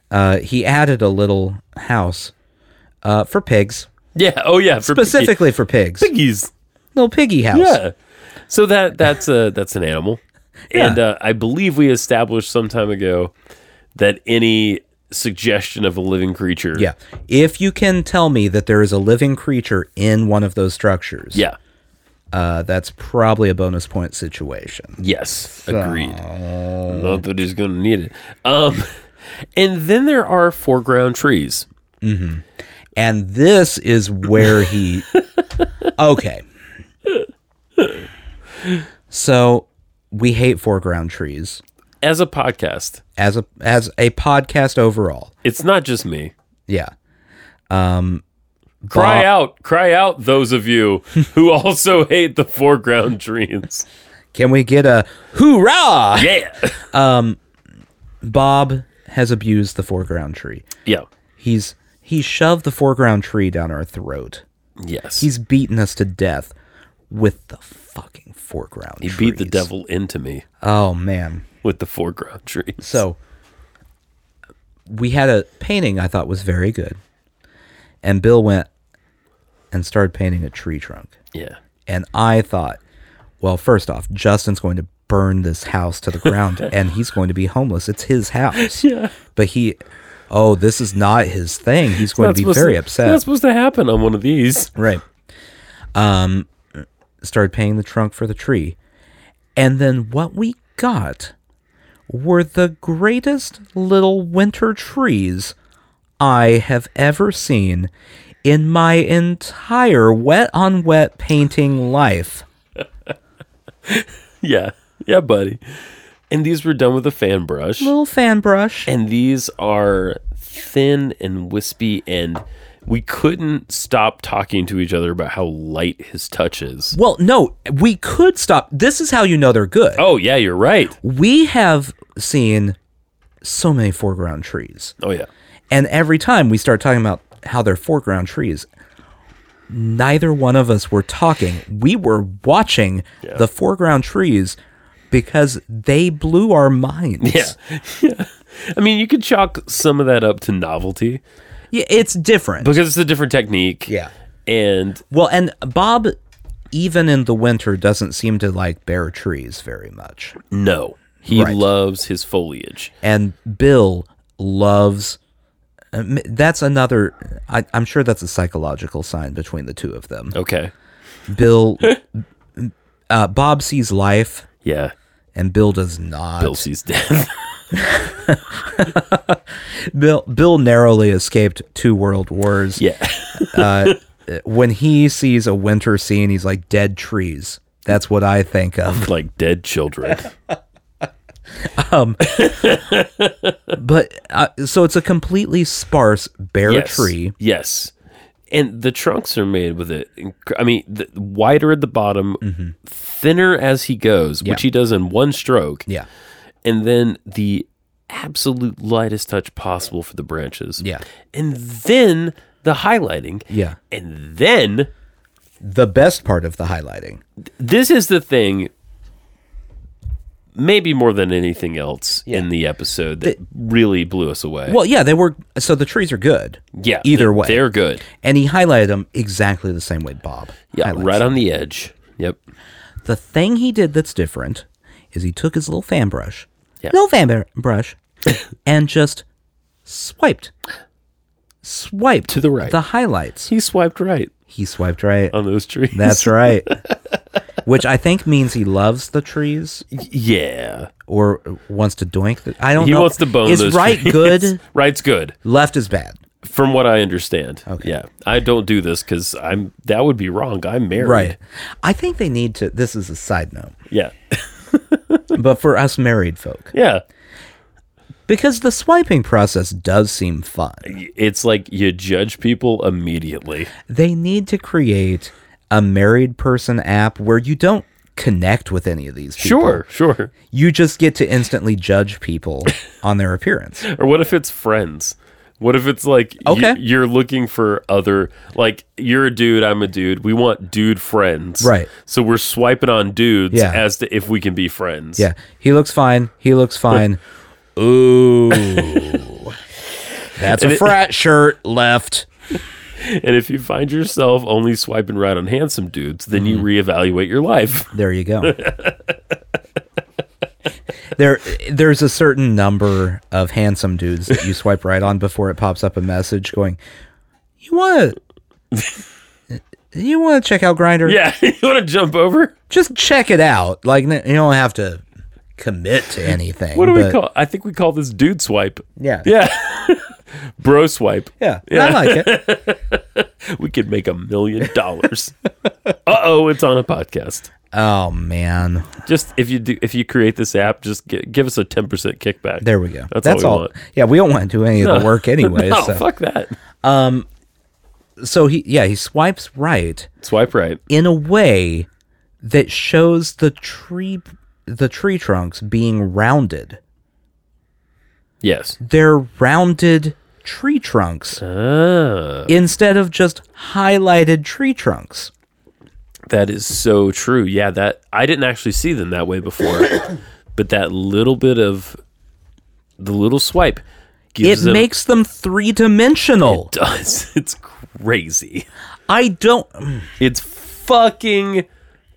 Speaker 2: uh, he added a little house uh, for pigs,
Speaker 1: Yeah. Oh, yeah. For
Speaker 2: specifically for pigs.
Speaker 1: piggies.
Speaker 2: Little piggy house.
Speaker 1: Yeah. So that that's a that's an animal, and uh, I believe we established some time ago that any suggestion of a living creature.
Speaker 2: Yeah. If you can tell me that there is a living creature in one of those structures,
Speaker 1: Yeah.
Speaker 2: uh, that's probably a bonus point situation.
Speaker 1: Yes. Agreed. Not that he's going to need it. Um, and then there are foreground trees.
Speaker 2: And this is where he. okay. So we hate foreground trees.
Speaker 1: as a podcast.
Speaker 2: as a as a podcast overall.
Speaker 1: It's not just me.
Speaker 2: Yeah. Um
Speaker 1: Cry
Speaker 2: Bob-
Speaker 1: out, cry out, those of you who also hate the foreground dreams.
Speaker 2: Can we get a hoorah?
Speaker 1: Yeah.
Speaker 2: Bob has abused the foreground tree.
Speaker 1: yeah.
Speaker 2: He's he shoved the foreground tree down our throat.
Speaker 1: Yes.
Speaker 2: He's beaten us to death with the fucking foreground.
Speaker 1: he beat the
Speaker 2: trees.
Speaker 1: devil into me
Speaker 2: Oh man.
Speaker 1: with the foreground dreams.
Speaker 2: So we had a painting I thought was very good. And Bill went and started painting a tree trunk.
Speaker 1: yeah.
Speaker 2: And I thought, well, first off, Justin's going to burn this house to the ground and he's going to be homeless. It's his house.
Speaker 1: Yeah.
Speaker 2: But he, oh, this is not his thing. He's going
Speaker 1: Not
Speaker 2: to be
Speaker 1: supposed
Speaker 2: very
Speaker 1: to-
Speaker 2: upset.
Speaker 1: Not supposed to happen on one of these.
Speaker 2: Right. Um, started paying the trunk for the tree. And then what we got were the greatest little winter trees I have ever seen in my entire wet on wet painting life.
Speaker 1: Yeah. Yeah, buddy. And these were done with a fan brush.
Speaker 2: Little fan brush.
Speaker 1: and these are thin and wispy and we couldn't stop talking to each other about how light his touch is.
Speaker 2: Well, no, we could stop. This is how you know they're good.
Speaker 1: Oh yeah, you're right.
Speaker 2: We have seen so many foreground trees.
Speaker 1: Oh yeah.
Speaker 2: And every time we start talking about how they're foreground trees, neither one of us were talking. We were watching the foreground trees because they blew our minds.
Speaker 1: Yeah. yeah. I mean, you could chalk some of that up to novelty
Speaker 2: Yeah, it's different.
Speaker 1: because it's a different technique.
Speaker 2: Yeah.
Speaker 1: And
Speaker 2: well, and Bob even in the winter doesn't seem to like bare trees very much.
Speaker 1: no, he
Speaker 2: Right.
Speaker 1: loves his foliage.
Speaker 2: and Bill loves. um, That's another. I, I'm sure that's a psychological sign between the two of them.
Speaker 1: Okay.
Speaker 2: Bill, uh, Bob sees life,
Speaker 1: Yeah.
Speaker 2: and Bill does not.
Speaker 1: Bill sees death.
Speaker 2: Bill, Bill narrowly escaped two world wars.
Speaker 1: yeah.
Speaker 2: When he sees a winter scene, he's like dead trees. That's what I think of.
Speaker 1: like dead children.
Speaker 2: But uh, so it's a completely sparse, bare
Speaker 1: yes.
Speaker 2: tree.
Speaker 1: Yes. And the trunks are made with it. inc- I mean, the, wider at the bottom, thinner as he goes, which
Speaker 2: Mm-hmm. Yeah.
Speaker 1: he does in one stroke,
Speaker 2: Yeah,
Speaker 1: and then the absolute lightest touch possible for the branches.
Speaker 2: Yeah.
Speaker 1: And then the highlighting.
Speaker 2: yeah.
Speaker 1: And then
Speaker 2: The best part of the highlighting.
Speaker 1: this is the thing maybe more than anything else in the episode that really blew us away.
Speaker 2: Well, yeah, they were. So the trees are good.
Speaker 1: yeah.
Speaker 2: either
Speaker 1: they're-
Speaker 2: way.
Speaker 1: They're good.
Speaker 2: and he highlighted them exactly the same way Bob.
Speaker 1: Yeah.
Speaker 2: highlights
Speaker 1: Right
Speaker 2: them.
Speaker 1: on the edge. Yep.
Speaker 2: The thing he did that's different is he took his little fan brush,
Speaker 1: Yeah.
Speaker 2: little fan br- brush, and just swiped, swiped
Speaker 1: To the right.
Speaker 2: the highlights.
Speaker 1: He swiped right
Speaker 2: He swiped right.
Speaker 1: on those trees.
Speaker 2: that's right. Which I think means he loves the trees
Speaker 1: Yeah.
Speaker 2: or wants to doink. The, I don't
Speaker 1: He
Speaker 2: know.
Speaker 1: wants to bone
Speaker 2: Is
Speaker 1: those
Speaker 2: right
Speaker 1: trees.
Speaker 2: good?
Speaker 1: Right's good,
Speaker 2: Left is bad.
Speaker 1: from what I understand. Yeah. I don't do this because I'm that would be wrong. I'm married.
Speaker 2: Right. I think they need to. This is a side note,
Speaker 1: Yeah.
Speaker 2: but for us married folk,
Speaker 1: Yeah.
Speaker 2: Because the swiping process does seem fun.
Speaker 1: It's like you judge people immediately.
Speaker 2: They need to create a married person app where you don't connect with any of these people.
Speaker 1: Sure, sure.
Speaker 2: You just get to instantly judge people on their appearance.
Speaker 1: Or what if it's friends? What if it's like y-
Speaker 2: Okay.
Speaker 1: you're looking for other like you're a dude, I'm a dude. We want dude friends.
Speaker 2: Right.
Speaker 1: So we're swiping on dudes
Speaker 2: Yeah.
Speaker 1: as to if we can be friends.
Speaker 2: Yeah. He looks fine. He looks fine. Ooh. That's a frat shirt left.
Speaker 1: And if you find yourself only swiping right on handsome dudes, then
Speaker 2: Mm-hmm.
Speaker 1: you reevaluate your life.
Speaker 2: There you go. there there's a certain number of handsome dudes that you swipe right on before it pops up a message going, "You want to You want to check out Grinder?
Speaker 1: Yeah, you want to jump over?
Speaker 2: Just check it out. Like n- you don't have to commit to anything."
Speaker 1: What do we
Speaker 2: but-
Speaker 1: call? I think we call this dude swipe.
Speaker 2: Yeah.
Speaker 1: Yeah, bro swipe.
Speaker 2: Yeah. I like it.
Speaker 1: We could make a million dollars. Uh oh, it's on a podcast.
Speaker 2: Oh man,
Speaker 1: Just if you do, if you create this app, just gi- give us a ten percent kickback.
Speaker 2: there we go.
Speaker 1: That's,
Speaker 2: That's
Speaker 1: all.
Speaker 2: all.
Speaker 1: We want.
Speaker 2: Yeah, we don't want to do any of the work anyway.
Speaker 1: no,
Speaker 2: so.
Speaker 1: Oh, fuck that.
Speaker 2: so he, yeah, he swipes right
Speaker 1: Swipe right.
Speaker 2: in a way that shows the tree, the tree trunks being rounded.
Speaker 1: Yes.
Speaker 2: They're rounded tree trunks
Speaker 1: Ah,
Speaker 2: instead of just highlighted tree trunks.
Speaker 1: that is so true. Yeah, that I didn't actually see them that way before, but that little bit of the little swipe gives
Speaker 2: It
Speaker 1: them-
Speaker 2: makes them three dimensional.
Speaker 1: does. It's crazy.
Speaker 2: I don't,
Speaker 1: It's fucking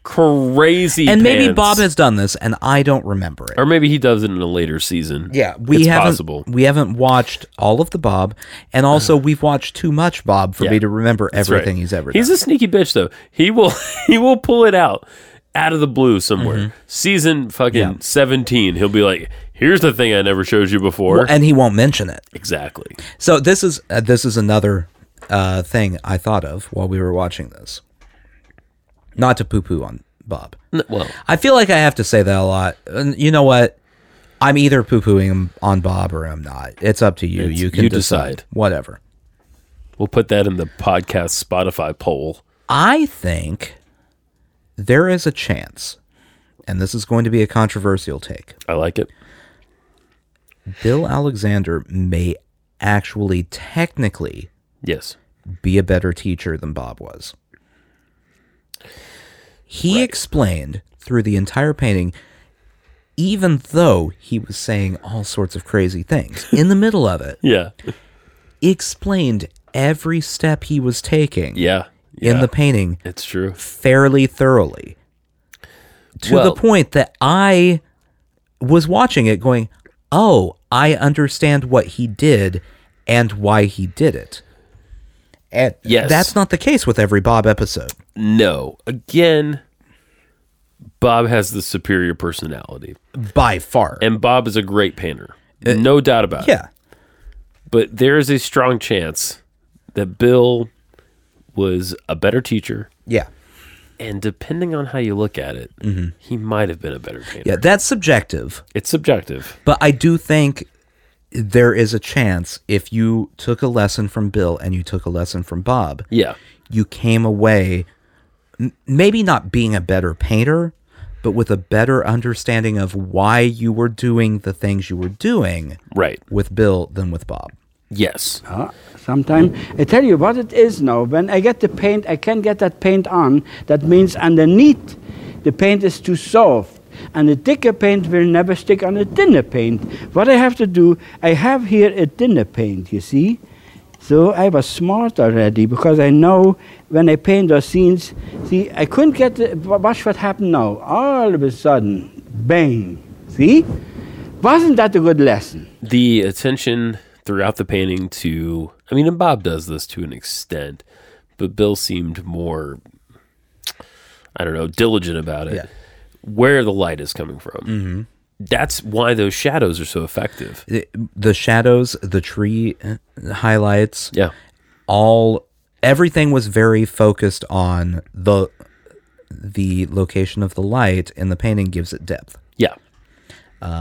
Speaker 1: crazy.
Speaker 2: and maybe
Speaker 1: pants.
Speaker 2: Bob has done this, and I don't remember it.
Speaker 1: or maybe he does it in a later season.
Speaker 2: Yeah, we
Speaker 1: it's
Speaker 2: haven't
Speaker 1: possible.
Speaker 2: we haven't watched all of the Bob, and also we've watched too much Bob for
Speaker 1: Yeah,
Speaker 2: me to remember
Speaker 1: That's right.
Speaker 2: everything he's ever
Speaker 1: He's
Speaker 2: done.
Speaker 1: a sneaky bitch though. He will he will pull it out out of the blue somewhere. Season fucking
Speaker 2: Mm-hmm. Yeah.
Speaker 1: 17, he'll be like, "Here's the thing I never showed you before."
Speaker 2: and he won't mention it.
Speaker 1: exactly.
Speaker 2: So this is uh, this is another uh, thing I thought of while we were watching this. Not to poo poo on Bob.
Speaker 1: N- Well,
Speaker 2: I feel like I have to say that a lot. And you know what? I'm either poo pooing on Bob or I'm not. It's up to you.
Speaker 1: It's-
Speaker 2: you can
Speaker 1: you
Speaker 2: decide.
Speaker 1: decide.
Speaker 2: Whatever.
Speaker 1: we'll put that in the podcast Spotify poll.
Speaker 2: I think there is a chance, and this is going to be a controversial take.
Speaker 1: I like it.
Speaker 2: Bill Alexander may actually technically
Speaker 1: Yes.
Speaker 2: be a better teacher than Bob was. He explained through the entire painting, even though he was saying all sorts of crazy things in the middle of it,
Speaker 1: Yeah.
Speaker 2: explained every step he was taking
Speaker 1: Yeah.
Speaker 2: in
Speaker 1: Yeah.
Speaker 2: the painting
Speaker 1: It's true.
Speaker 2: fairly thoroughly to
Speaker 1: Well-
Speaker 2: the point that I was watching it going, oh, I understand what he did and why he did it. And
Speaker 1: Yes.
Speaker 2: that's not the case with every Bob episode.
Speaker 1: No. Again, Bob has the superior personality.
Speaker 2: By far.
Speaker 1: And Bob is a great painter. no doubt about it.
Speaker 2: Uh, yeah.
Speaker 1: but there is a strong chance that Bill was a better teacher,
Speaker 2: Yeah.
Speaker 1: and depending on how you look at it, he might have been a better painter.
Speaker 2: Mm-hmm. Yeah. That's subjective.
Speaker 1: It's subjective.
Speaker 2: But I do think there is a chance if you took a lesson from Bill and you took a lesson from Bob,
Speaker 1: Yeah,
Speaker 2: you came away m- maybe not being a better painter, but with a better understanding of why you were doing the things you were doing
Speaker 1: right.
Speaker 2: with Bill than with Bob.
Speaker 1: Yes,
Speaker 3: Uh, Sometimes I tell you what it is now. When I get the paint, I can't get that paint on. That means underneath, the paint is too soft, and the thicker paint will never stick on the thinner paint. What I have to do, I have here a thinner paint. You see, so I was smart already because I know when I paint those scenes. See, I couldn't get. The, wa- watch what happened now. All of a sudden, bang! See, wasn't that a good lesson?
Speaker 1: the attention throughout the painting to. I mean, and Bob does this to an extent, but Bill seemed more. I don't know, diligent about it.
Speaker 2: Yeah.
Speaker 1: Where the light is coming from. Mm-hmm. That's why those shadows are so effective.
Speaker 2: The, the shadows, the tree uh, highlights,
Speaker 1: Yeah.
Speaker 2: all everything was very focused on the the location of the light and the painting gives it depth.
Speaker 1: Yeah. Um,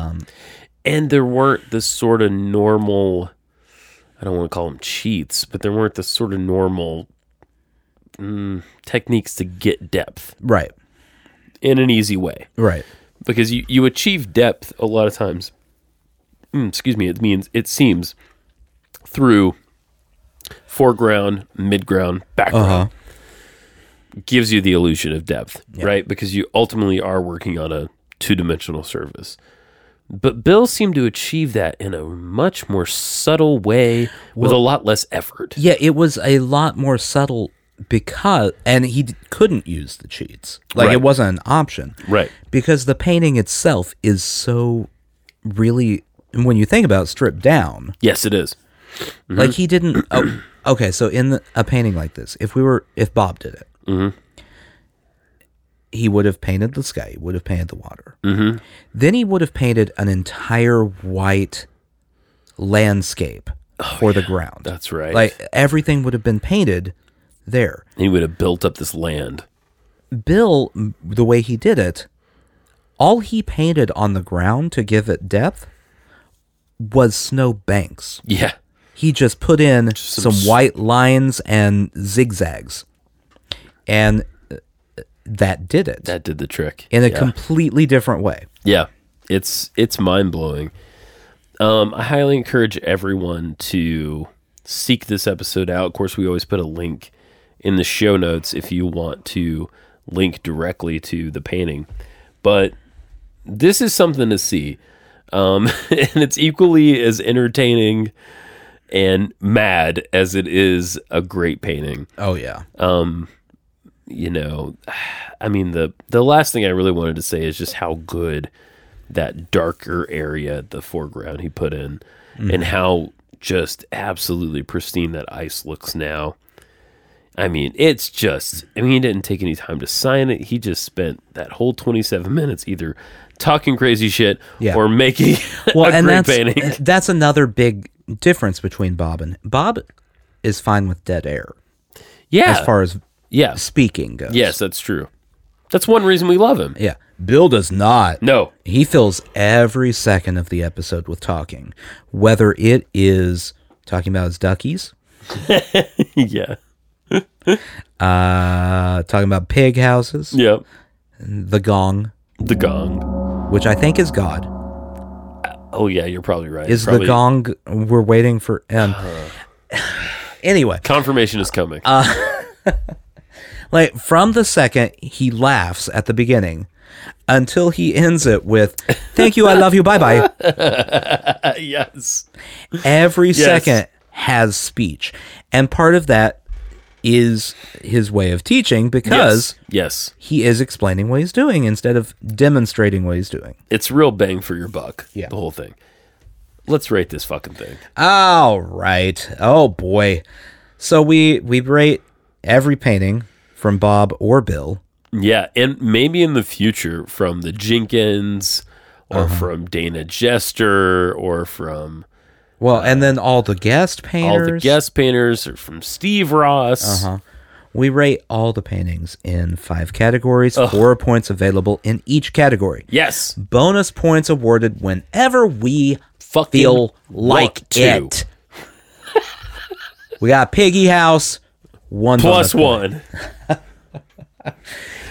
Speaker 1: and there weren't the sort of normal, I don't want to call them cheats, but there weren't the sort of normal mm, techniques to get depth
Speaker 2: Right.
Speaker 1: in an easy way.
Speaker 2: Right.
Speaker 1: Because you, you achieve depth a lot of times. Mm, excuse me. It means, it seems through foreground, midground, background. Gives you the illusion of depth, right? Because you ultimately are working on a two dimensional surface. But Bill seemed to achieve that in a much more subtle way with a lot less effort.
Speaker 2: Yeah, it was a lot more subtle because and he d- couldn't use the cheats. Like
Speaker 1: Right.
Speaker 2: it wasn't an option.
Speaker 1: Right.
Speaker 2: Because the painting itself is so really when you think about it, stripped down.
Speaker 1: Yes, it is. Mm-hmm.
Speaker 2: Like he didn't. Oh, okay, so in the, a painting like this, if we were, if Bob did it,
Speaker 1: Mm-hmm.
Speaker 2: he would have painted the sky. He would have painted the water.
Speaker 1: Mm-hmm.
Speaker 2: Then he would have painted an entire white landscape for the ground.
Speaker 1: Oh, That's right.
Speaker 2: Like everything would have been painted there.
Speaker 1: he would have built up this land.
Speaker 2: Bill, m- the way he did it, all he painted on the ground to give it depth was snow banks.
Speaker 1: Yeah.
Speaker 2: He just put in
Speaker 1: some
Speaker 2: some,
Speaker 1: s-
Speaker 2: white lines and zigzags, and uh, that did it
Speaker 1: That did the trick.
Speaker 2: in a
Speaker 1: yeah.
Speaker 2: completely different way.
Speaker 1: Yeah, it's it's mind blowing. Um, I highly encourage everyone to seek this episode out. Of course, we always put a link in the show notes if you want to link directly to the painting. But this is something to see, um, and it's equally as entertaining and mad as it is a great painting
Speaker 2: Oh yeah,
Speaker 1: you know, I mean the the last thing I really wanted to say is just how good that darker area, the foreground he put in,
Speaker 2: Mm-hmm.
Speaker 1: and how just absolutely pristine that ice looks now. I mean, it's just. I mean, he didn't take any time to sign it. He just spent that whole twenty-seven minutes either talking crazy shit
Speaker 2: Yeah.
Speaker 1: or making
Speaker 2: well,
Speaker 1: a
Speaker 2: and
Speaker 1: great
Speaker 2: that's uh,
Speaker 1: painting.
Speaker 2: that's another big difference between Bob and Bob is fine with dead air
Speaker 1: Yeah,
Speaker 2: as far as
Speaker 1: yeah,
Speaker 2: speaking goes.
Speaker 1: yes, that's true. That's one reason we love him.
Speaker 2: Yeah. Bill does not.
Speaker 1: No,
Speaker 2: He fills every second of the episode with talking, whether it is talking about his duckies,
Speaker 1: yeah,
Speaker 2: uh, talking about pig houses,
Speaker 1: yeah.
Speaker 2: the gong,
Speaker 1: The gong.
Speaker 2: which I think is God.
Speaker 1: Oh yeah, you're probably right.
Speaker 2: Is
Speaker 1: Probably-
Speaker 2: the gong we're waiting for? Um, anyway,
Speaker 1: Confirmation is coming.
Speaker 2: Uh, like from the second he laughs at the beginning until he ends it with, Thank you, I love you, bye bye.
Speaker 1: yes.
Speaker 2: every
Speaker 1: Yes.
Speaker 2: second has speech. And part of that is his way of teaching because
Speaker 1: Yes.
Speaker 2: he is explaining what he's doing instead of demonstrating what he's doing.
Speaker 1: It's real bang for your buck.
Speaker 2: Yeah.
Speaker 1: The whole thing. Let's rate this fucking thing.
Speaker 2: All right. Oh boy. So we we rate every painting from Bob or Bill.
Speaker 1: Yeah. And maybe in the future from the Jenkins or
Speaker 2: Uh-huh.
Speaker 1: from Dana Jester or from
Speaker 2: Well, and then all the guest
Speaker 1: all
Speaker 2: painters.
Speaker 1: the guest painters or from Steve Ross.
Speaker 2: Uh-huh. We rate all the paintings in five categories, four points available in each category.
Speaker 1: Yes.
Speaker 2: Bonus points awarded whenever we
Speaker 1: Fucking
Speaker 2: feel
Speaker 1: want
Speaker 2: like
Speaker 1: to.
Speaker 2: it. we got Piggy House, one bonus
Speaker 1: Plus
Speaker 2: point.
Speaker 1: one.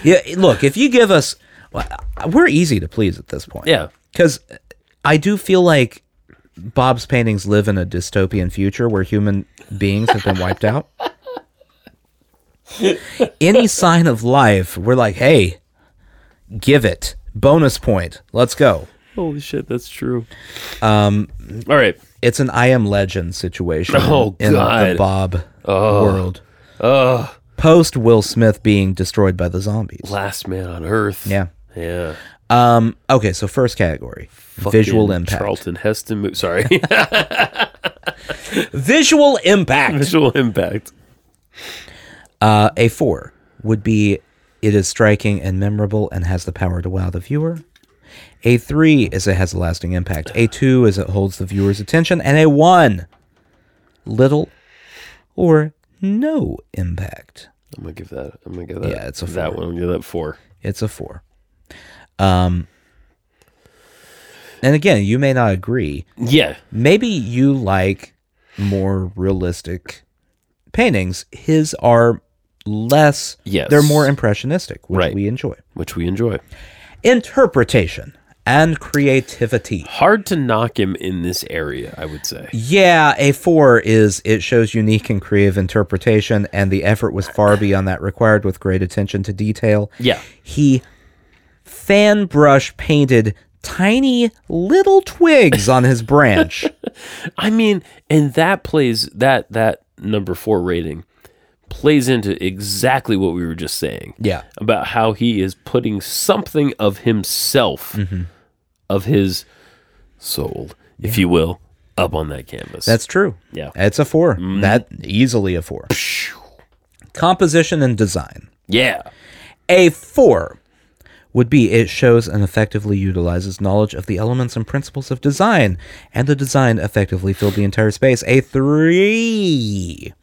Speaker 2: Yeah, look, if you give us, well, we're easy to please at this point.
Speaker 1: Yeah.
Speaker 2: because I do feel like Bob's paintings live in a dystopian future where human beings have been wiped out. Any sign of life, we're like, hey, give it bonus point. Let's go.
Speaker 1: Holy shit, that's true. Um all right.
Speaker 2: It's an I am legend situation
Speaker 1: Oh,
Speaker 2: in the
Speaker 1: God.
Speaker 2: Bob world. Post Will Smith being destroyed by the zombies.
Speaker 1: Last man on earth.
Speaker 2: Yeah.
Speaker 1: Yeah.
Speaker 2: Um. Okay. So first category, visual
Speaker 1: Fucking
Speaker 2: impact.
Speaker 1: Charlton Heston mo- sorry.
Speaker 2: Visual impact.
Speaker 1: Visual impact.
Speaker 2: Uh, a four would be it is striking and memorable and has the power to wow the viewer. A three is it has a lasting impact. A two is it holds the viewer's attention, and a one, little or no impact.
Speaker 1: I'm gonna give that. I'm gonna give that.
Speaker 2: Yeah, it's a
Speaker 1: that
Speaker 2: four.
Speaker 1: one. I'm gonna give that four.
Speaker 2: It's a four. Um. And again, you may not agree.
Speaker 1: Yeah,
Speaker 2: maybe you like more realistic paintings. His are less.
Speaker 1: Yes.
Speaker 2: They're more impressionistic, which
Speaker 1: Right.
Speaker 2: we enjoy.
Speaker 1: which we enjoy.
Speaker 2: Interpretation and creativity.
Speaker 1: Hard to knock him in this area, I would say.
Speaker 2: Yeah, a four is it shows unique and creative interpretation, and the effort was far beyond that required with great attention to detail.
Speaker 1: Yeah.
Speaker 2: He fan brush painted tiny little twigs on his branch.
Speaker 1: I mean, and that plays that that number four rating plays into exactly what we were just saying
Speaker 2: yeah.
Speaker 1: about how he is putting something of himself,
Speaker 2: Mm-hmm.
Speaker 1: of his soul, if you will, up on that canvas.
Speaker 2: That's true.
Speaker 1: Yeah. Mm-hmm.
Speaker 2: It's a 4 That easily a four. Composition and design.
Speaker 1: yeah,
Speaker 2: A four would be it shows and effectively utilizes knowledge of the elements and principles of design, and the design effectively filled the entire space. A three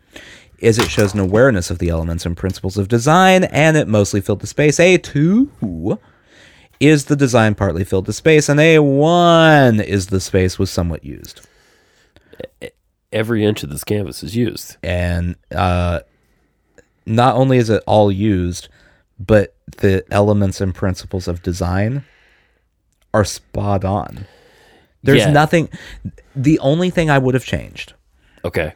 Speaker 2: is it shows an awareness of the elements and principles of design, and it mostly filled the space. A2 is the design partly filled the space, and A1 is the space was somewhat used.
Speaker 1: Every inch of this canvas is used.
Speaker 2: And uh, not only is it all used, but the elements and principles of design are spot on. There's
Speaker 1: Yeah.
Speaker 2: nothing. The only thing I would have changed
Speaker 1: Okay.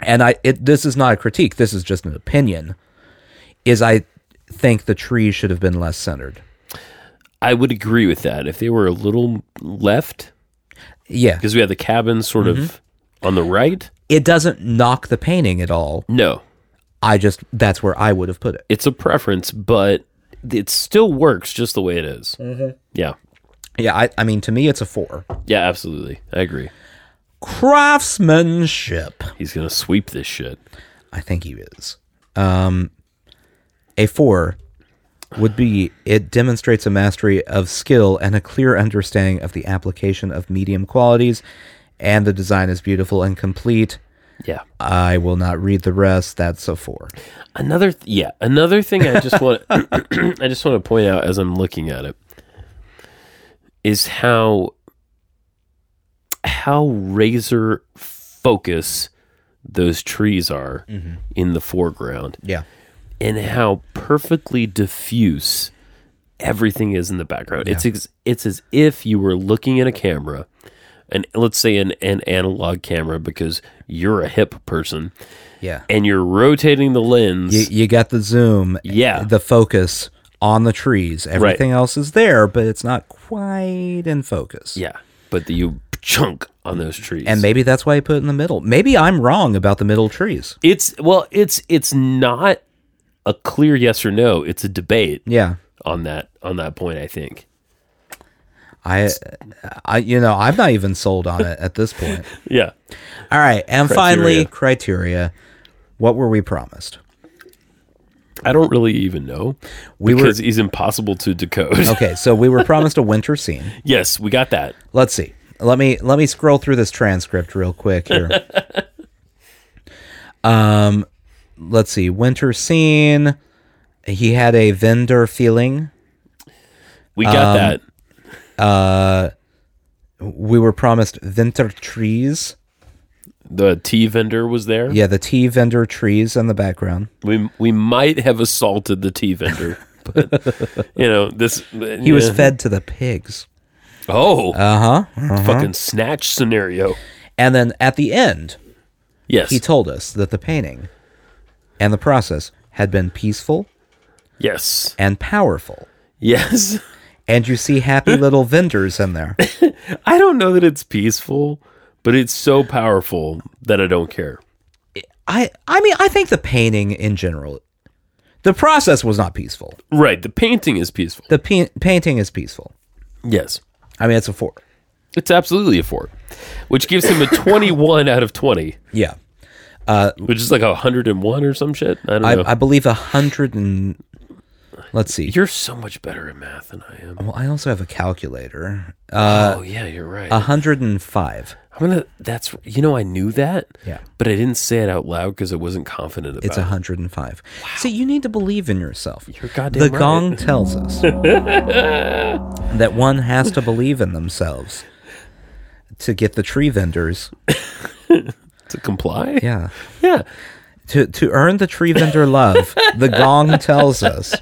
Speaker 2: and I it, this is not a critique. This is just an opinion. Is I think the tree should have been less centered.
Speaker 1: I would agree with that. If they were a little left,
Speaker 2: Yeah,
Speaker 1: because we had the cabin sort of on the right.
Speaker 2: it doesn't knock the painting at all.
Speaker 1: No,
Speaker 2: I just that's where I would have put it.
Speaker 1: it's a preference, but it still works just the way it is. Yeah.
Speaker 2: Yeah, I, I mean to me it's a four.
Speaker 1: Yeah, absolutely. I agree.
Speaker 2: Craftsmanship.
Speaker 1: He's going to sweep this shit.
Speaker 2: I think he is. Um, a four would be it demonstrates a mastery of skill and a clear understanding of the application of medium qualities, and the design is beautiful and complete.
Speaker 1: Yeah.
Speaker 2: I will not read the rest. That's a four.
Speaker 1: Another th- yeah, another thing I just want I just want to point out as I'm looking at it is how how razor focus those trees are in the foreground
Speaker 2: Yeah.
Speaker 1: and how perfectly diffuse everything is in the background. It's ex- it's as if you were looking at a camera, and let's say an, an analog camera because you're a hip person
Speaker 2: Yeah.
Speaker 1: and you're rotating the lens.
Speaker 2: You, you got the zoom,
Speaker 1: Yeah.
Speaker 2: the focus on the trees. Everything else is there, but it's not quite in focus.
Speaker 1: yeah, but the, you chunk on those trees.
Speaker 2: And maybe that's why he put it in the middle. Maybe I'm wrong about the middle trees.
Speaker 1: it's well, it's it's not a clear yes or no. It's a debate
Speaker 2: Yeah.
Speaker 1: on that on that point. I think.
Speaker 2: I, I, you know, I'm not even sold on it at this point.
Speaker 1: Yeah.
Speaker 2: All right, and finally,
Speaker 1: Criteria.
Speaker 2: criteria. What were we promised?
Speaker 1: I don't really even know
Speaker 2: We were-
Speaker 1: because he's impossible to decode.
Speaker 2: Okay, so we were promised a winter scene.
Speaker 1: yes, we got that.
Speaker 2: Let's see. Let me let me scroll through this transcript real quick here. um, let's see. Winter scene. He had a vendor feeling.
Speaker 1: We
Speaker 2: Um,
Speaker 1: got that.
Speaker 2: We were promised winter trees.
Speaker 1: The tea vendor was there.
Speaker 2: Yeah, the tea vendor trees in the background.
Speaker 1: We we might have assaulted the tea vendor, but you know this.
Speaker 2: He was fed to the pigs.
Speaker 1: Oh,
Speaker 2: Uh huh.
Speaker 1: fucking snatch scenario.
Speaker 2: And then at the end,
Speaker 1: Yes.
Speaker 2: he told us that the painting and the process had been peaceful
Speaker 1: yes.
Speaker 2: and powerful.
Speaker 1: Yes.
Speaker 2: And you see happy little vendors in there.
Speaker 1: I don't know that it's peaceful, but it's so powerful that I don't care.
Speaker 2: I I mean I think the painting in general, the process was not peaceful.
Speaker 1: Right. The painting is peaceful.
Speaker 2: The pe- painting is peaceful.
Speaker 1: Yes.
Speaker 2: I mean it's a four.
Speaker 1: It's absolutely a four, which gives him a 21 out of 20,
Speaker 2: Yeah,
Speaker 1: which is like a 101 or some shit. I don't know.
Speaker 2: I, I believe a hundred and let's see.
Speaker 1: You're so much better at math than I am.
Speaker 2: well, I also have a calculator. Uh,
Speaker 1: oh, yeah, you're right.
Speaker 2: A hundred and five.
Speaker 1: I'm gonna. That's you know I knew that.
Speaker 2: Yeah.
Speaker 1: But I didn't say it out loud because I wasn't confident about
Speaker 2: It's
Speaker 1: it.
Speaker 2: a hundred and five. See, you need to believe in yourself.
Speaker 1: You're goddamn
Speaker 2: the
Speaker 1: right.
Speaker 2: gong tells us that one has to believe in themselves to get the tree vendors.
Speaker 1: to comply.
Speaker 2: Yeah.
Speaker 1: Yeah.
Speaker 2: To, to earn the tree vendor love, the gong tells us.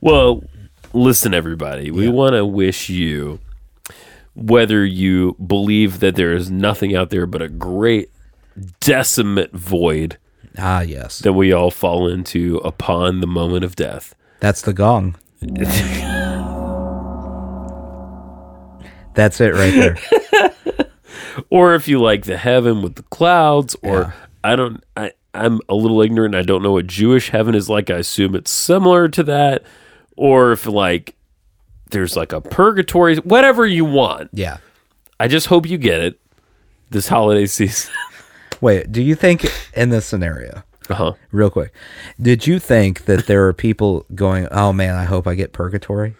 Speaker 1: Well, listen, everybody. We want to wish you, whether you believe that there is nothing out there but a great decimate void
Speaker 2: Ah, yes.
Speaker 1: that we all fall into upon the moment of death.
Speaker 2: That's the gong. That's it right there.
Speaker 1: or if you like the heaven with the clouds or i don't i i'm a little ignorant i don't know what jewish heaven is like i assume it's similar to that or if like there's like a purgatory whatever you want
Speaker 2: Yeah.
Speaker 1: i just hope you get it this holiday season
Speaker 2: Wait, do you think in this scenario,
Speaker 1: uh-huh
Speaker 2: real quick, did you think that there are people going, oh man, I hope I get purgatory?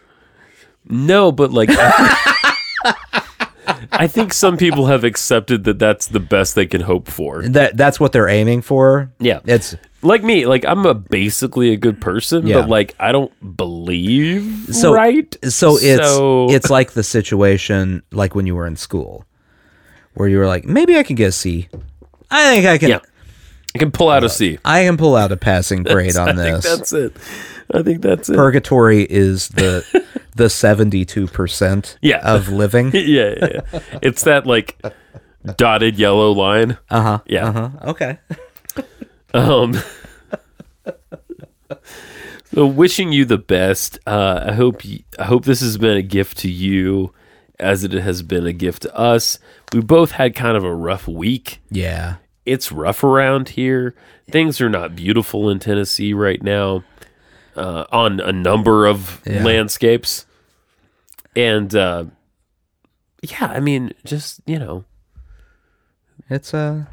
Speaker 1: no but like I think some people have accepted that that's the best they can hope for.
Speaker 2: That that's what they're aiming for.
Speaker 1: Yeah.
Speaker 2: It's
Speaker 1: Like me, like I'm a basically a good person,
Speaker 2: Yeah.
Speaker 1: but like I don't believe
Speaker 2: so
Speaker 1: right.
Speaker 2: So it's
Speaker 1: So-
Speaker 2: it's like the situation like when you were in school, where you were like, maybe I could get a C. I think I can.
Speaker 1: Yeah. I can pull out a C.
Speaker 2: I can pull out a passing grade on
Speaker 1: I think
Speaker 2: this.
Speaker 1: that's it. I think that's it.
Speaker 2: Purgatory is the the seventy two percent
Speaker 1: Yeah.
Speaker 2: of living.
Speaker 1: yeah, yeah, yeah. It's that like dotted yellow line.
Speaker 2: Uh huh.
Speaker 1: Yeah.
Speaker 2: Uh huh. Okay.
Speaker 1: Um, so wishing you the best. Uh, I hope y- I hope this has been a gift to you, as it has been a gift to us. We both had kind of a rough week.
Speaker 2: Yeah.
Speaker 1: It's rough around here. Things are not beautiful in Tennessee right now, uh, on a number of
Speaker 2: Yeah.
Speaker 1: landscapes. And uh, yeah, I mean, just you know,
Speaker 2: It's uh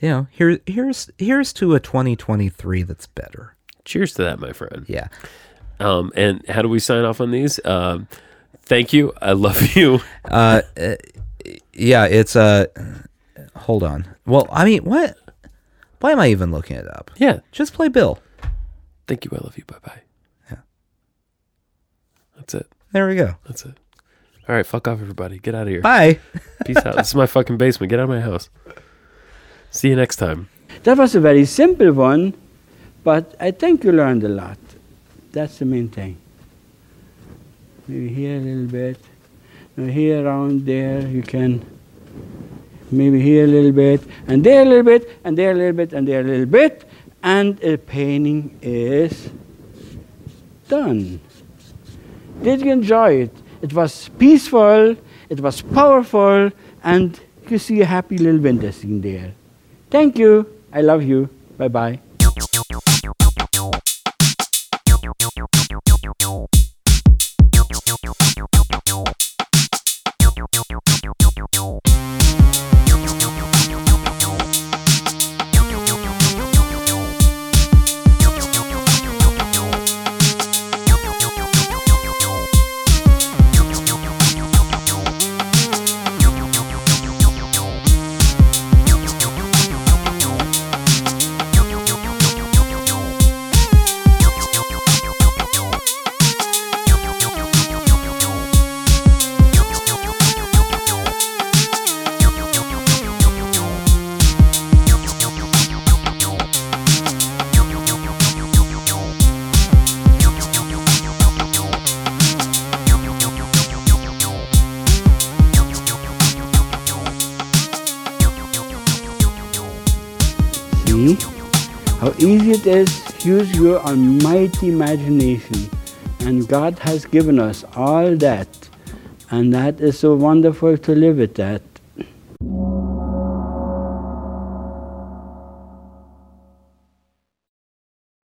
Speaker 2: you know, here here's here's to a 2023 that's better.
Speaker 1: cheers to that, my friend.
Speaker 2: Yeah.
Speaker 1: Um, and how do we sign off on these? Um, thank you. I love you.
Speaker 2: Uh, uh yeah, it's uh hold on. Well, I mean, what why am I even looking it up?
Speaker 1: Yeah.
Speaker 2: Just play Bill.
Speaker 1: Thank you. I love you. Bye bye. That's it.
Speaker 2: There we go.
Speaker 1: That's it. All right. Fuck off, everybody. Get out of here.
Speaker 2: Bye.
Speaker 1: Peace out. This is my fucking basement. Get out of my house. See you next time.
Speaker 3: That was a very simple one, but I think you learned a lot. That's the main thing. Maybe here a little bit, now here around there, you can maybe here a little bit, and there a little bit, and there a little bit, and there a little bit, and a painting is done. Did you enjoy it? It was peaceful, it was powerful, and you see a happy little Wintersing there. Thank you. I love you. Bye bye. See how easy it is. Use your almighty imagination. And God has given us all that. And that is so wonderful to live with that.